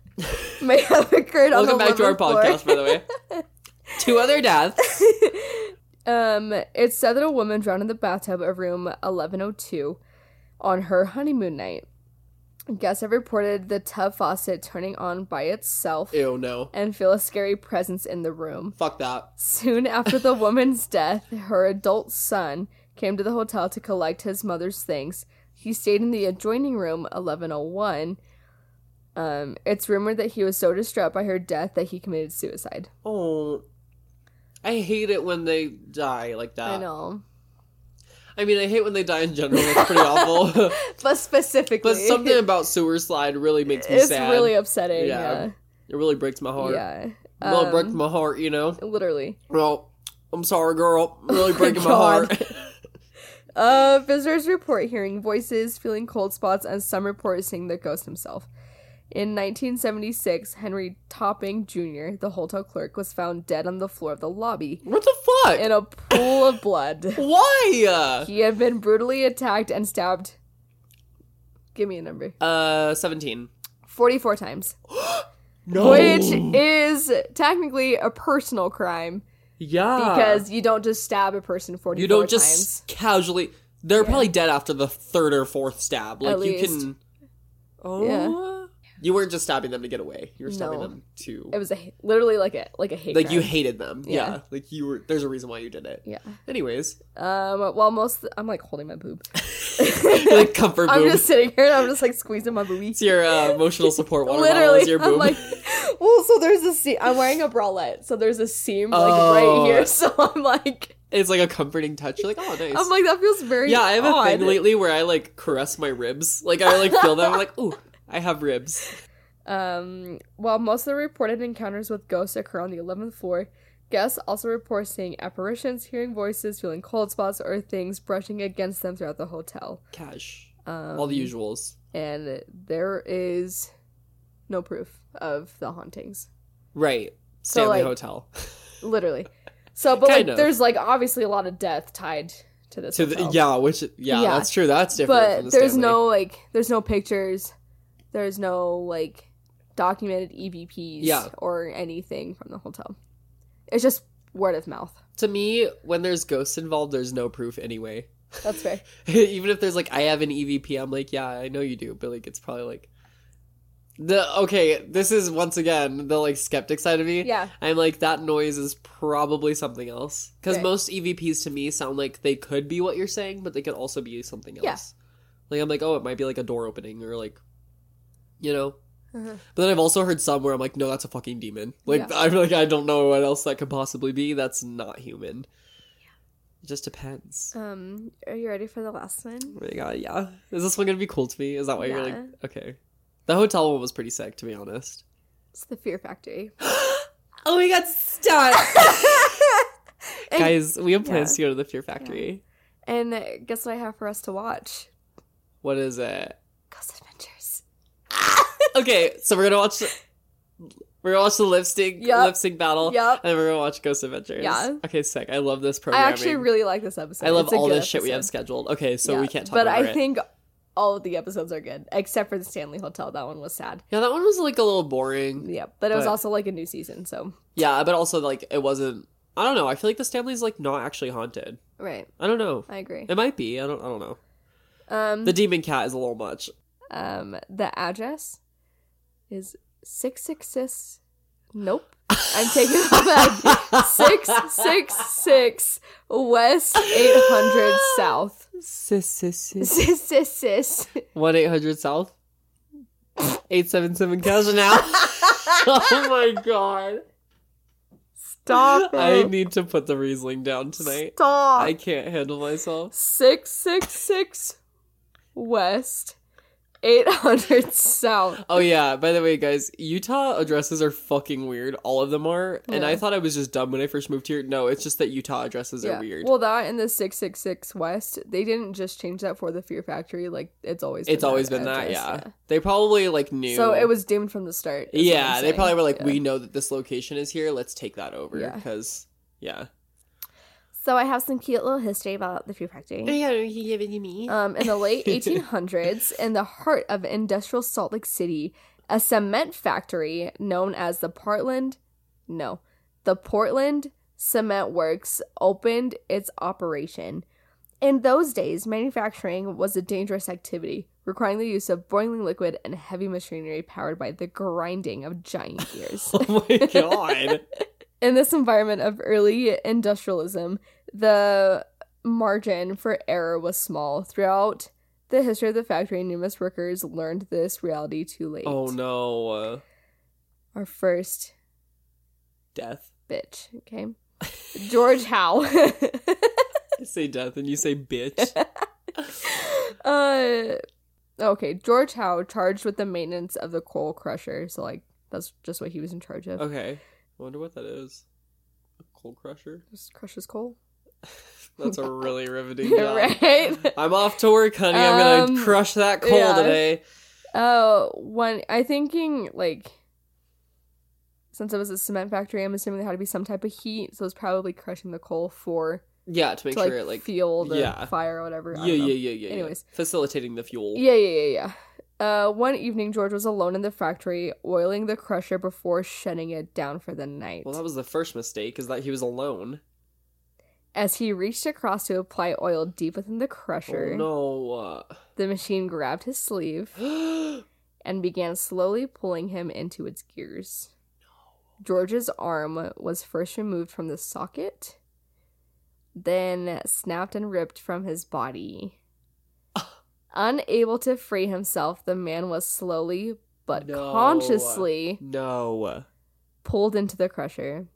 may have occurred on the
Welcome back to our
11th floor.
podcast, by the way. Two other deaths.
Um, it's said that a woman drowned in the bathtub of room 1102 on her honeymoon night. Guests have reported the tub faucet turning on by itself
Ew, no.
and feel a scary presence in the room.
Fuck that.
Soon after the woman's death, her adult son came to the hotel to collect his mother's things. He stayed in the adjoining room, 1101. Um, it's rumored that he was so distraught by her death that he committed suicide.
Oh. I hate it when they die like that.
I know.
I mean, I hate when they die in general. It's pretty awful.
But specifically,
but something about sewer slide really makes me
it's
sad.
really upsetting.
Yeah.
Yeah.
it really breaks my heart.
Yeah.
Well, it
Um,
broke my heart, you know?
Literally.
Well, I'm sorry, girl. Really breaking my
God.
heart.
Uh, visitors report hearing voices, feeling cold spots, and some report seeing the ghost himself. In 1976, Henry Topping Jr., the hotel clerk, was found dead on the floor of the lobby
what the fuck?
in a pool of blood.
Why?
He had been brutally attacked and stabbed. Give me a number.
Uh, 17.
44 times.
No.
Which is technically a personal crime
yeah.
because you don't just stab a person 44
Ah. you don't
times.
just casually. They're probably dead after the third or fourth stab. Like, you
least.
can. Oh. You weren't just stabbing them to get away. You were stabbing
No.
them to.
It was a literally like a like a hate
like,
crime.
you hated them. Yeah.
Yeah.
Like, you were. There's a reason why you did it.
Yeah.
Anyways.
Um. Well, most I'm like holding my boob.
like, comfort
I'm
boob.
just sitting here and I'm just like squeezing my boobie.
It's your uh, emotional support water bottle
Literally,
is your
I'm
boob.
like, well, so there's a seam. I'm wearing a bralette, so there's a seam like
Oh.
right here. So I'm like,
it's like a comforting touch. You're like, oh, nice.
I'm like oh, that feels very.
yeah, I have a
odd.
thing lately where I like caress my ribs. Like I like feel them. I'm like, ooh, I have ribs.
Um. While most of the reported encounters with ghosts occur on the 11th floor, guests also report seeing apparitions, hearing voices, feeling cold spots, or things brushing against them throughout the hotel.
Cash. All
Um,
the usuals.
and there is no proof of the hauntings
Right. Stanley
like-
Hotel.
literally so but like
Kind of.
there's like obviously a lot of death tied to this
To the,
hotel.
yeah, which yeah,
Yeah.
that's true. That's different.
but
from the
there's
Stanley.
no like there's no pictures there's no like documented ebps
Yeah.
or anything from the hotel it's just word of mouth
To me, when there's ghosts involved, there's no proof anyway.
that's fair
Even if there's like I have an EVP, I'm like, yeah, I know you do, but like it's probably like the okay, this is once again the like skeptic side of me.
Yeah.
I'm like that noise is probably something else cuz
Right.
most EVPs to me sound like they could be what you're saying, but they could also be something else.
Yeah.
Like I'm like, oh, it might be like a door opening or like you know. But then I've also heard some where I'm like, no, that's a fucking demon. Like
Mm-hmm. Yeah.
I'm like I don't know what else that could possibly be. That's not human. It just
Uh,
depends.
Um, are you ready for the last one?
Oh my god, yeah. Is this one gonna be cool to me? Is that why you're like
Yeah.
okay? The hotel one was pretty sick, to be honest.
It's the Fear Factory.
Oh my god, stop!
And-
Guys, we have plans
yeah.
to go to the Fear Factory.
And uh, guess what I have for us to watch?
What is it?
Ghost Adventures.
Okay, so we're gonna watch. The, we're gonna watch the lip sync,
Yup.
lip sync battle,
Yup.
and then we're gonna watch Ghost Adventures.
Yeah.
Okay, sick. I love this
I
programming.
actually really like this episode.
Oh, I love
It's a
all
good
this shit we have
episode.
scheduled. Okay, so we
Yeah,
can't talk
But
about
I
it.
think all of the episodes are good, except for the Stanley Hotel. That one was sad.
yeah, that one was like a little boring.
Yeah, but it was
But-
also like a new season, so
Yeah, but also like it wasn't. I don't know. I feel like the Stanley's like not actually haunted.
right.
I don't know.
I agree.
It might be. I don't. I don't know.
Um,
The
the,
demon cat is a little much.
um, the address is six six six. Nope, I'm taking it back. Six six six West eight hundred South. Sis sis sis.
One eight hundred South. Eight seven seven cash now. oh my god.
Stop it.
I need to put the Riesling down tonight.
Stop.
I can't handle myself.
666 West, 800 South.
Oh yeah, by the way guys, Utah addresses are fucking weird. All of them are. And
Yeah.
I thought I was just dumb when I first moved here. No, it's just that Utah addresses are weird.
Well, that and the 666 West, they didn't just change that for the Fear Factory. Like, it's always been
it's always been that,
address,
yeah. They probably like knew
So it was doomed from the start. is what
Yeah,
I'm
they
saying.
probably were like,
Yeah.
We know that this location is here, let's take that over.
Yeah.
Because yeah.
So I have some cute little history about the Fear Factory.
Yeah, you give it to me.
Um, in the late 1800s, in the heart of industrial Salt Lake City, a cement factory known as the Portland, no, the Portland Cement Works opened its operation. In those days, manufacturing was a dangerous activity, requiring the use of boiling liquid and heavy machinery powered by the grinding of giant gears.
oh my god.
in this environment of early industrialism, the margin for error was small. Throughout the history of the factory, numerous workers learned this reality too late.
Oh no. Uh,
Our first
death.
bitch, okay? George Howe.
I say death and you say bitch.
uh, okay, George Howe charged with the maintenance of the coal crusher. So, like, that's just what he was in charge of.
Okay. I wonder what that is. A coal crusher?
Just crushes coal.
That's a really riveting job.
right?
I'm off to work, honey. I'm
Um,
gonna crush that coal
yeah.
today.
Oh, one. I thinking like since it was a cement factory, I'm assuming there had to be some type of heat, so it's probably crushing the coal for
Yeah, to make
to like,
sure it like
fuel the
yeah.
fire or whatever. I
Yeah,
don't
yeah,
know.
yeah, yeah.
Anyways.
yeah. facilitating the fuel.
Yeah, yeah, yeah, yeah. Uh, one evening, George was alone in the factory, oiling the crusher before shutting it down for the night.
Well, that was the first mistake, is that he was alone.
As he reached across to apply oil deep within the crusher,
Oh,
the machine grabbed his sleeve
no.
and began slowly pulling him into its gears. George's arm was first removed from the socket, then snapped and ripped from his body. Unable to free himself, the man was slowly but
No.
consciously
no.
pulled into the crusher.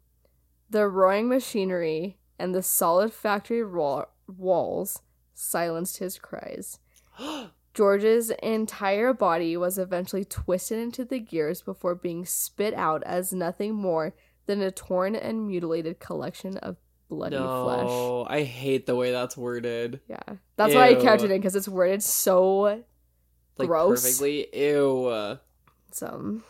The roaring machinery and the solid factory wall- walls silenced his cries. George's entire body was eventually twisted into the gears before being spit out as nothing more than a torn and mutilated collection of bloody
no. I hate the way that's worded.
flesh. Yeah. That's why I kept
Ew.
it in because it's worded so
Like
Gross.
perfectly. Ew.
some.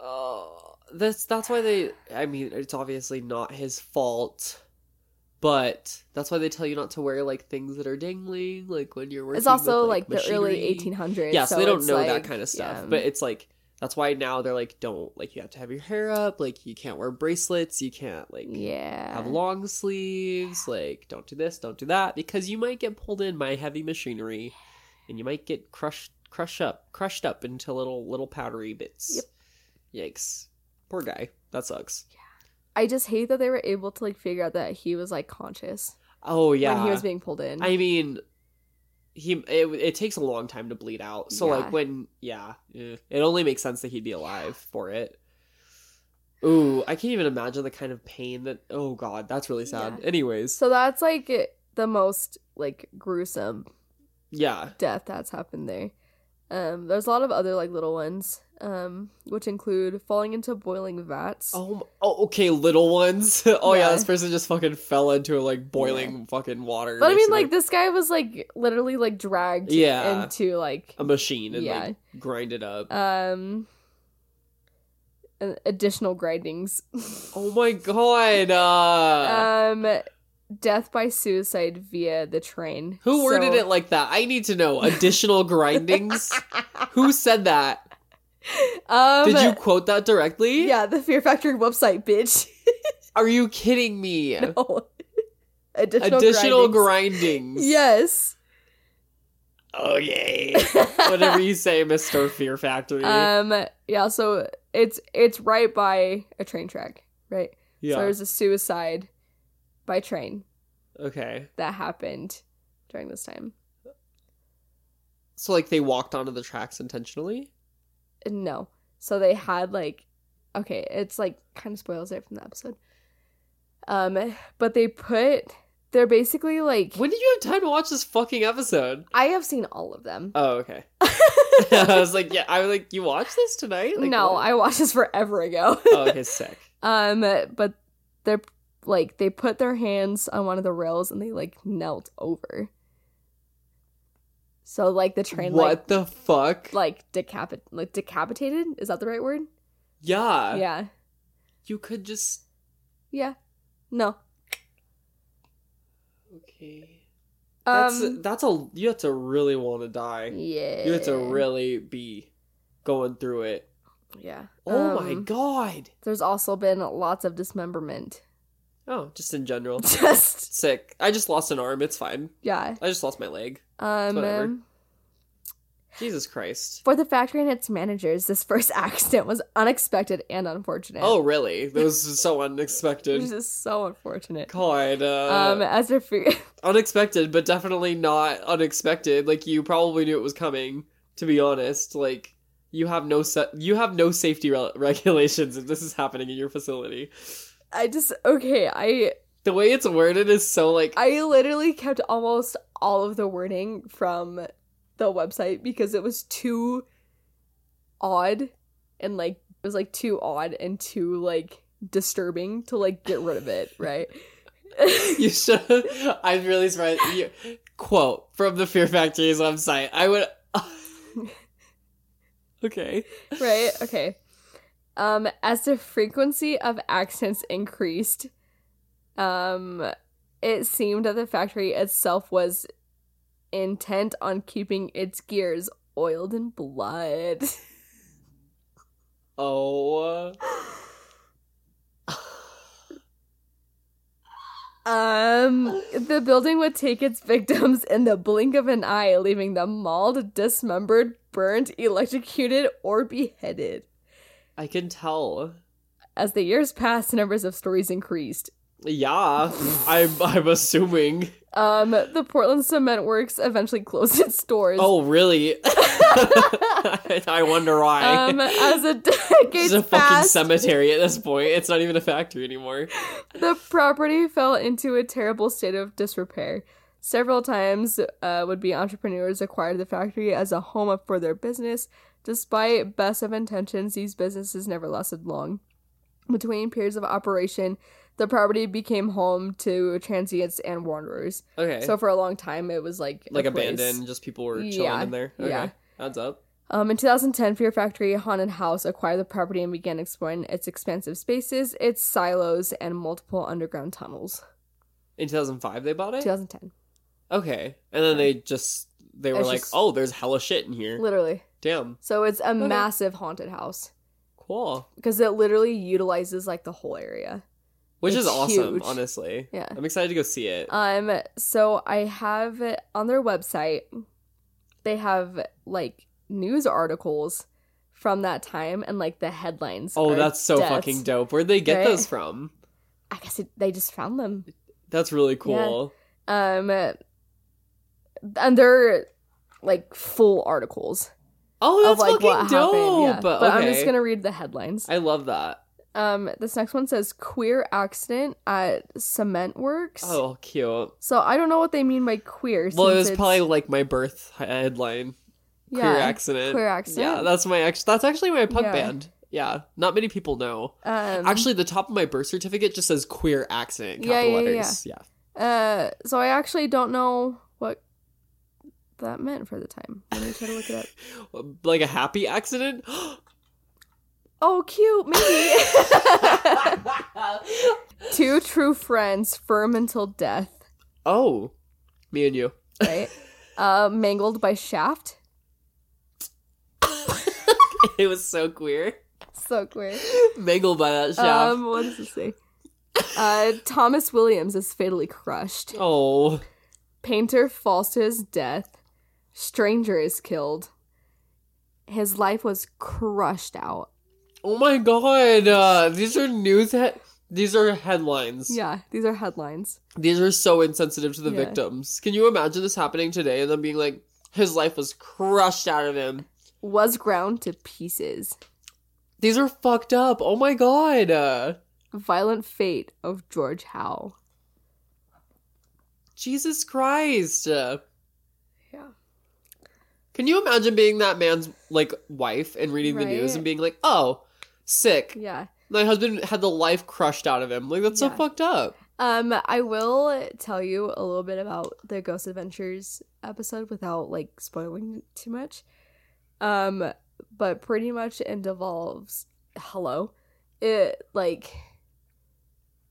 Oh, that's that's why they. I mean, it's obviously not his fault, but that's why they tell you not to wear like things that are dangling, like when you're working.
It's also
with,
like, the early
machinery.
1800s.
Yeah, so, they don't
it's
know that
like-
kind of stuff.
yeah.
But it's like that's why now they're like, don't like you have to have your hair up, like you can't wear bracelets, you can't like
yeah.
have long sleeves, like don't do this, don't do that, because you might get pulled in by heavy machinery, and you might get crushed, crushed up, crushed up into little little powdery bits. Yep. Yikes! Poor guy. That sucks.
I just hate that they were able to like figure out that he was like conscious
Oh yeah.
when he was being pulled in.
I mean, he it, it takes a long time to bleed out. So
Yeah.
like when yeah, eh, it only makes sense that he'd be alive for it. Ooh, I can't even imagine the kind of pain that. Oh god, that's really sad. Anyways,
so that's like the most like gruesome
yeah,
death that's happened there. Um, there's a lot of other like little ones, um, which include falling into boiling vats.
Oh, m- oh, okay, little ones. oh yeah.
Yeah.
this person just fucking fell into like boiling fucking water.
but I
next
mean,
to,
like this guy was like literally like dragged
Yeah.
into like
a machine and
Yeah.
like grind it up.
um a- additional grindings.
oh my god. Uh,
um, death by suicide via the train.
who worded
So-
it like that? I need to know. Additional grindings. who said that?
Um,
Did you quote that directly?
Yeah, the Fear Factory website, bitch.
Are you kidding me?
No. additional
Additional
grindings.
grindings.
Yes.
Oh yay. Whatever you say, Mr. Fear Factory.
Um. Yeah. So it's it's right by a train track, right?
yeah.
So there's a suicide by train
okay.
that happened during this time.
So like they walked onto the tracks intentionally?
No. So they had like okay, it's like kind of spoils it from the episode. Um, but they put they're basically like
When did you have time to watch this fucking episode?
I have seen all of them.
Oh, okay. I was like, yeah, I was like, you watched this tonight? Like,
no,
what?
I watched this forever ago.
Oh, okay, sick.
um, but they're like they put their hands on one of the rails and they like knelt over. So like the train
what
like
the fuck?
like decapit like decapitated is that the right word?
yeah.
yeah,
You could just.
yeah, no.
Okay. That's
um,
that's a you have to really want to die.
yeah,
You have to really be going through it.
yeah.
Oh my
Um,
god.
There's also been lots of dismemberment.
Oh, just in general.
Just
Sick. I just lost an arm. It's fine.
yeah.
I just lost my leg.
Um,
whatever.
um,
Jesus Christ.
for the factory and its managers, this first accident was unexpected and unfortunate.
Oh really? That was so
which
unexpected.
is so unfortunate.
God. Uh,
um, as they're fig-
unexpected, but definitely not unexpected. Like you probably knew it was coming. To be honest, like you have no se- you have no safety re- regulations if this is happening in your facility.
I just okay. I
The way it's worded is so like
I literally kept almost all of the wording from the website because it was too odd and like it was like too odd and too like disturbing to like get rid of it, right?
you should. I'm really surprised. You, quote from the Fear Factory's website. I would. okay.
right? Okay. Um, as the frequency of accidents increased, um, it seemed that the factory itself was intent on keeping its gears oiled in blood.
Oh.
Um, the building would take its victims in the blink of an eye, leaving them mauled, dismembered, burned, electrocuted, or beheaded.
I can tell.
As the years passed, the numbers of stories increased.
Yeah, I'm. I'm assuming.
Um, the Portland Cement Works eventually closed its doors.
Oh, really? I wonder why.
Um, as the
it's
decades
a fucking
passed,
cemetery at this point. It's not even a factory anymore.
the property fell into a terrible state of disrepair. Several times, uh, would-be entrepreneurs acquired the factory as a home up for their business. Despite best of intentions, these businesses never lasted long. Between periods of operation, the property became home to transients and wanderers.
Okay.
So for a long time, it was like
like
a place.
abandoned, just people were chilling
Yeah,
in there. Okay.
yeah.
Adds up.
Um, in 2010, Fear Factory Haunted House acquired the property and began exploring its expansive spaces, its silos, and multiple underground tunnels.
In 2005, they bought it.
2010,
Okay, and then they just they were
It's
like,
just-
oh, there's hella shit in here.
literally.
Damn,
So it's a massive haunted house
cool.
because it literally utilizes like the whole area.
Which is
It's
awesome,
huge.
honestly.
Yeah.
I'm excited to go see it.
Um, so I have it on their website. They have like news articles from that time and like the headlines.
oh,
are
that's so
deaths.
fucking dope. Where'd they get
Right?
those from?
I guess it, they just found them.
That's really cool.
Um, and they're like full articles
Oh, that's
of like
fucking
what happened.
dope.
Yeah. But I'm just
Okay.
gonna read the headlines.
I love that.
Um, this next one says queer accident at cement works.
Oh, cute.
So I don't know what they mean by queer.
Well, it
since
was
it's-
probably like my birth headline.
yeah,
queer accident.
Queer accident.
Yeah, that's my ex- that's actually my punk
Yeah.
band. Yeah, not many people know.
Um,
actually, the top of my birth certificate just says queer accident
Yeah,
capital
yeah, yeah.
letters. Yeah.
Uh, so I actually don't know what that meant for the time. Let me try to look it up.
Like a happy accident?
Oh, cute, maybe. Two true friends, firm until death.
oh, me and you.
right? Uh, mangled by Shaft.
it was so queer.
So queer.
Mangled by that shaft.
Um, what does it say? Uh, Thomas Williams is fatally crushed.
oh,
Painter falls to his death. Stranger is killed. His life was crushed out.
oh my god! Uh, these are news. He- these are headlines.
Yeah, these are headlines.
These are so insensitive to the
Yeah.
victims. Can you imagine this happening today and then being like, his life was crushed out of him?
Was ground to pieces.
These are fucked up. Oh my god. Uh,
Violent Fate of George Howe.
Jesus Christ. Uh,
Yeah.
Can you imagine being that man's like wife and reading the news
Right?
and being like, "Oh, sick.
Yeah.
My husband had the life crushed out of him. Like that's so
Yeah.
fucked up."
Um, I will tell you a little bit about the Ghost Adventures episode without like spoiling too much. Um, but pretty much it devolves. Hello, it like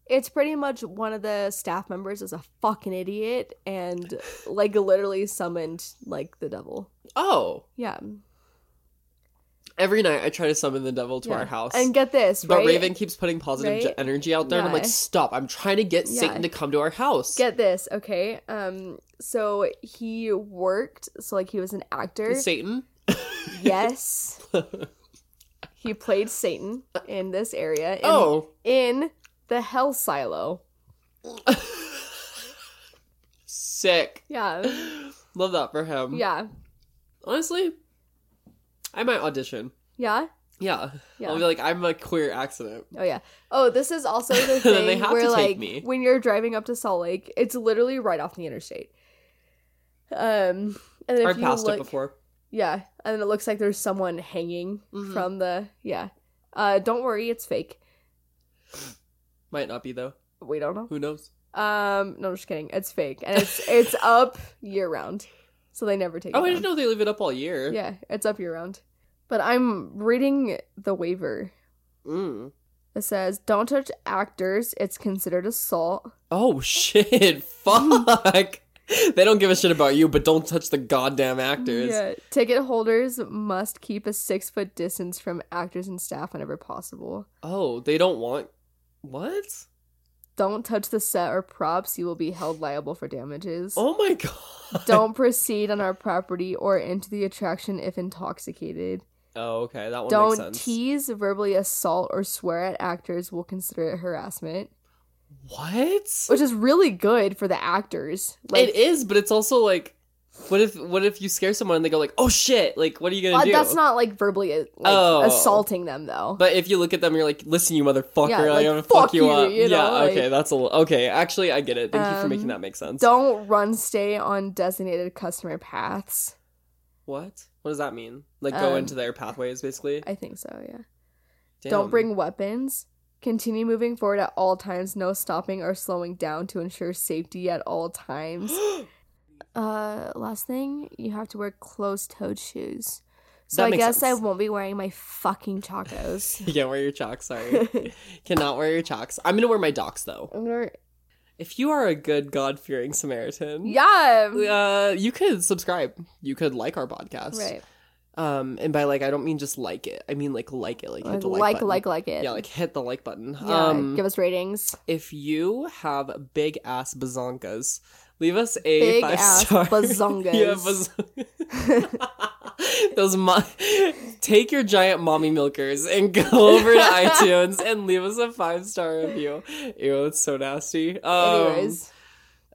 it's pretty much one of the staff members is a fucking idiot and like literally summoned like the devil.
Oh,
Yeah,
every night I try to summon the devil to
yeah.
our house.
And get this,
but
right?
Raven keeps putting positive
Right?
ge- energy out there, and I'm like,
Yeah.
"Stop. I'm trying to get
Yeah.
Satan to come to our house."
Get this, okay? Um, so he worked. So like he was an actor.
Satan?
Yes. he played Satan in this area. In,
Oh.
In the hell silo.
Sick.
Yeah.
Love that for him.
Yeah.
Honestly, I might audition.
Yeah.
Yeah.
Yeah.
I'll be like, I'm a queer accident.
Oh yeah. Oh, this is also the
Then they
thing
have
where
to take
like
me.
when you're driving up to Salt Lake, it's literally right off the interstate. Um and then if
I've
you
passed
look,
it before.
Yeah. And then it looks like there's someone hanging
Mhm.
from the yeah. Uh don't worry, it's fake.
Might not be though.
We don't know.
Who knows?
Um no I'm just kidding. It's fake. And it's it's up year round. So they never take it
Oh, I
down.
didn't know they leave it up all year.
Yeah, it's up year round. But I'm reading the waiver.
Mm.
It says, "Don't touch actors. It's considered assault."
Oh shit! Fuck. they don't give a shit about you, but don't touch the goddamn actors.
Yeah, ticket holders must keep a six foot distance from actors and staff whenever possible.
Oh, they don't want. What?
Don't touch the set or props. You will be held liable for damages.
Oh my god.
Don't proceed on our property or into the attraction if intoxicated.
Oh, okay. That one makes
Don't
sense.
tease, verbally assault, or swear at actors. We'll consider it harassment,
what?
which is really good for the actors.
it is, but it's also like, what if what if you scare someone and they go like, oh shit, like what are you gonna
Uh,
do?
that's not like verbally uh, like,
Oh.
assaulting them though.
But if you look at them, you're like, listen, you motherfucker,
Yeah,
I'm
like,
gonna
fuck
fuck you,
you,
up.
you know,
yeah,
like-
okay, that's a l- okay. Actually, I get it. Thank you for making
Um,
that make sense.
Don't run stay on designated customer paths.
What? What does that mean? Like go
Um,
into their pathways, basically.
I think so, yeah.
Damn.
Don't bring weapons. Continue moving forward at all times, no stopping or slowing down to ensure safety at all times. uh last thing, you have to wear closed-toed shoes. So
That
I
makes
guess
sense.
I won't be wearing my fucking chacos.
You can't wear your chalks. Sorry, cannot wear your chalks. I'm gonna wear my docs though.
I'm gonna-
If you are a good God fearing Samaritan,
yeah.
uh, you could subscribe. You could like our podcast.
Right.
Um, and by like, I don't mean just like it. I mean like like it, like hit
Like
the like
like,
button.
like, like it.
Yeah, like hit the like button.
Yeah,
um,
give us ratings.
if you have big ass bazonkas, leave us a
Big
five
ass
star.
bazongas.
yeah, bazongas. Those mo- take your giant mommy milkers and go over to iTunes and leave us a five star review. Ew, that's so nasty. Um,
Anyways.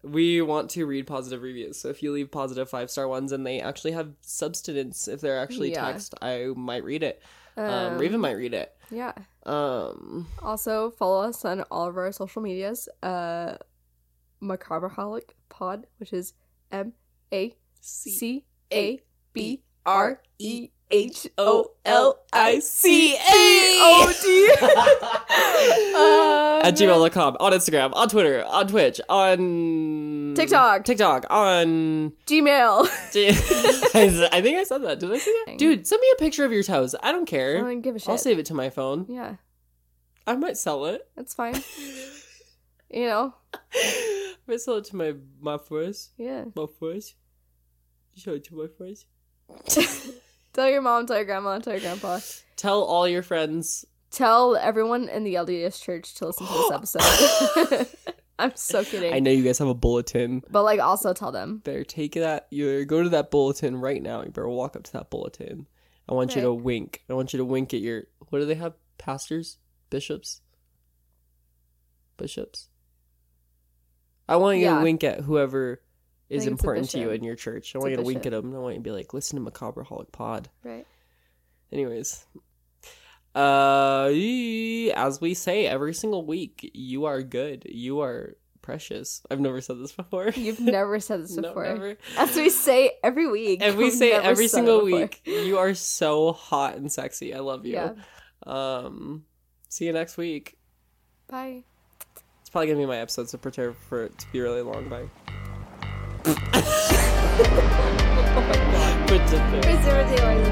we want to read positive reviews. So if you leave positive five star ones and they actually have substance, if they're actually
Yeah.
text, I might read it. Um, Raven might read it.
Yeah.
Um,
Also, follow us on all of our social medias. Uh, Macabraholic Pod, which is M A C A B R E H O L I C A O D.
at gmail.com, on Instagram, on Twitter, on Twitch, on
TikTok.
TikTok, on.
Gmail.
I think I said that. Did I say that? Dude, send me a picture of your toes. I don't care.
I don't give a shit.
I'll save it to my phone.
Yeah,
I might sell it.
that's fine. you know,
I might sell it to my my friends.
yeah.
My friends. Show it to my friends.
Tell your mom, tell your grandma, tell your grandpa.
Tell all your friends.
Tell everyone in the LDS church to listen to this episode. I'm so kidding.
I know you guys have a bulletin.
But like, also tell them.
better take that you go to that bulletin right now you better walk up to that bulletin i want you to wink i want you to wink at your what do they have pastors bishops bishops i want you to
Yeah.
wink at whoever
think
is
it's a
important to you
bishop.
in your church i
It's
want
a
you to wink at
bishop.
them i want you to be like listen to macabre holic pod
Right.
anyways Uh, as we say every single week, you are good. You are precious. I've never said this before.
You've never said this
No,
before.
never.
As we say every week.
And we
We've
say
never
every
said it
single
before.
week, you are so hot and sexy. I love you.
Yeah.
Um, see you next week.
Bye.
It's probably gonna be my episode, so prepare for it to be really long. Bye. Oh But just-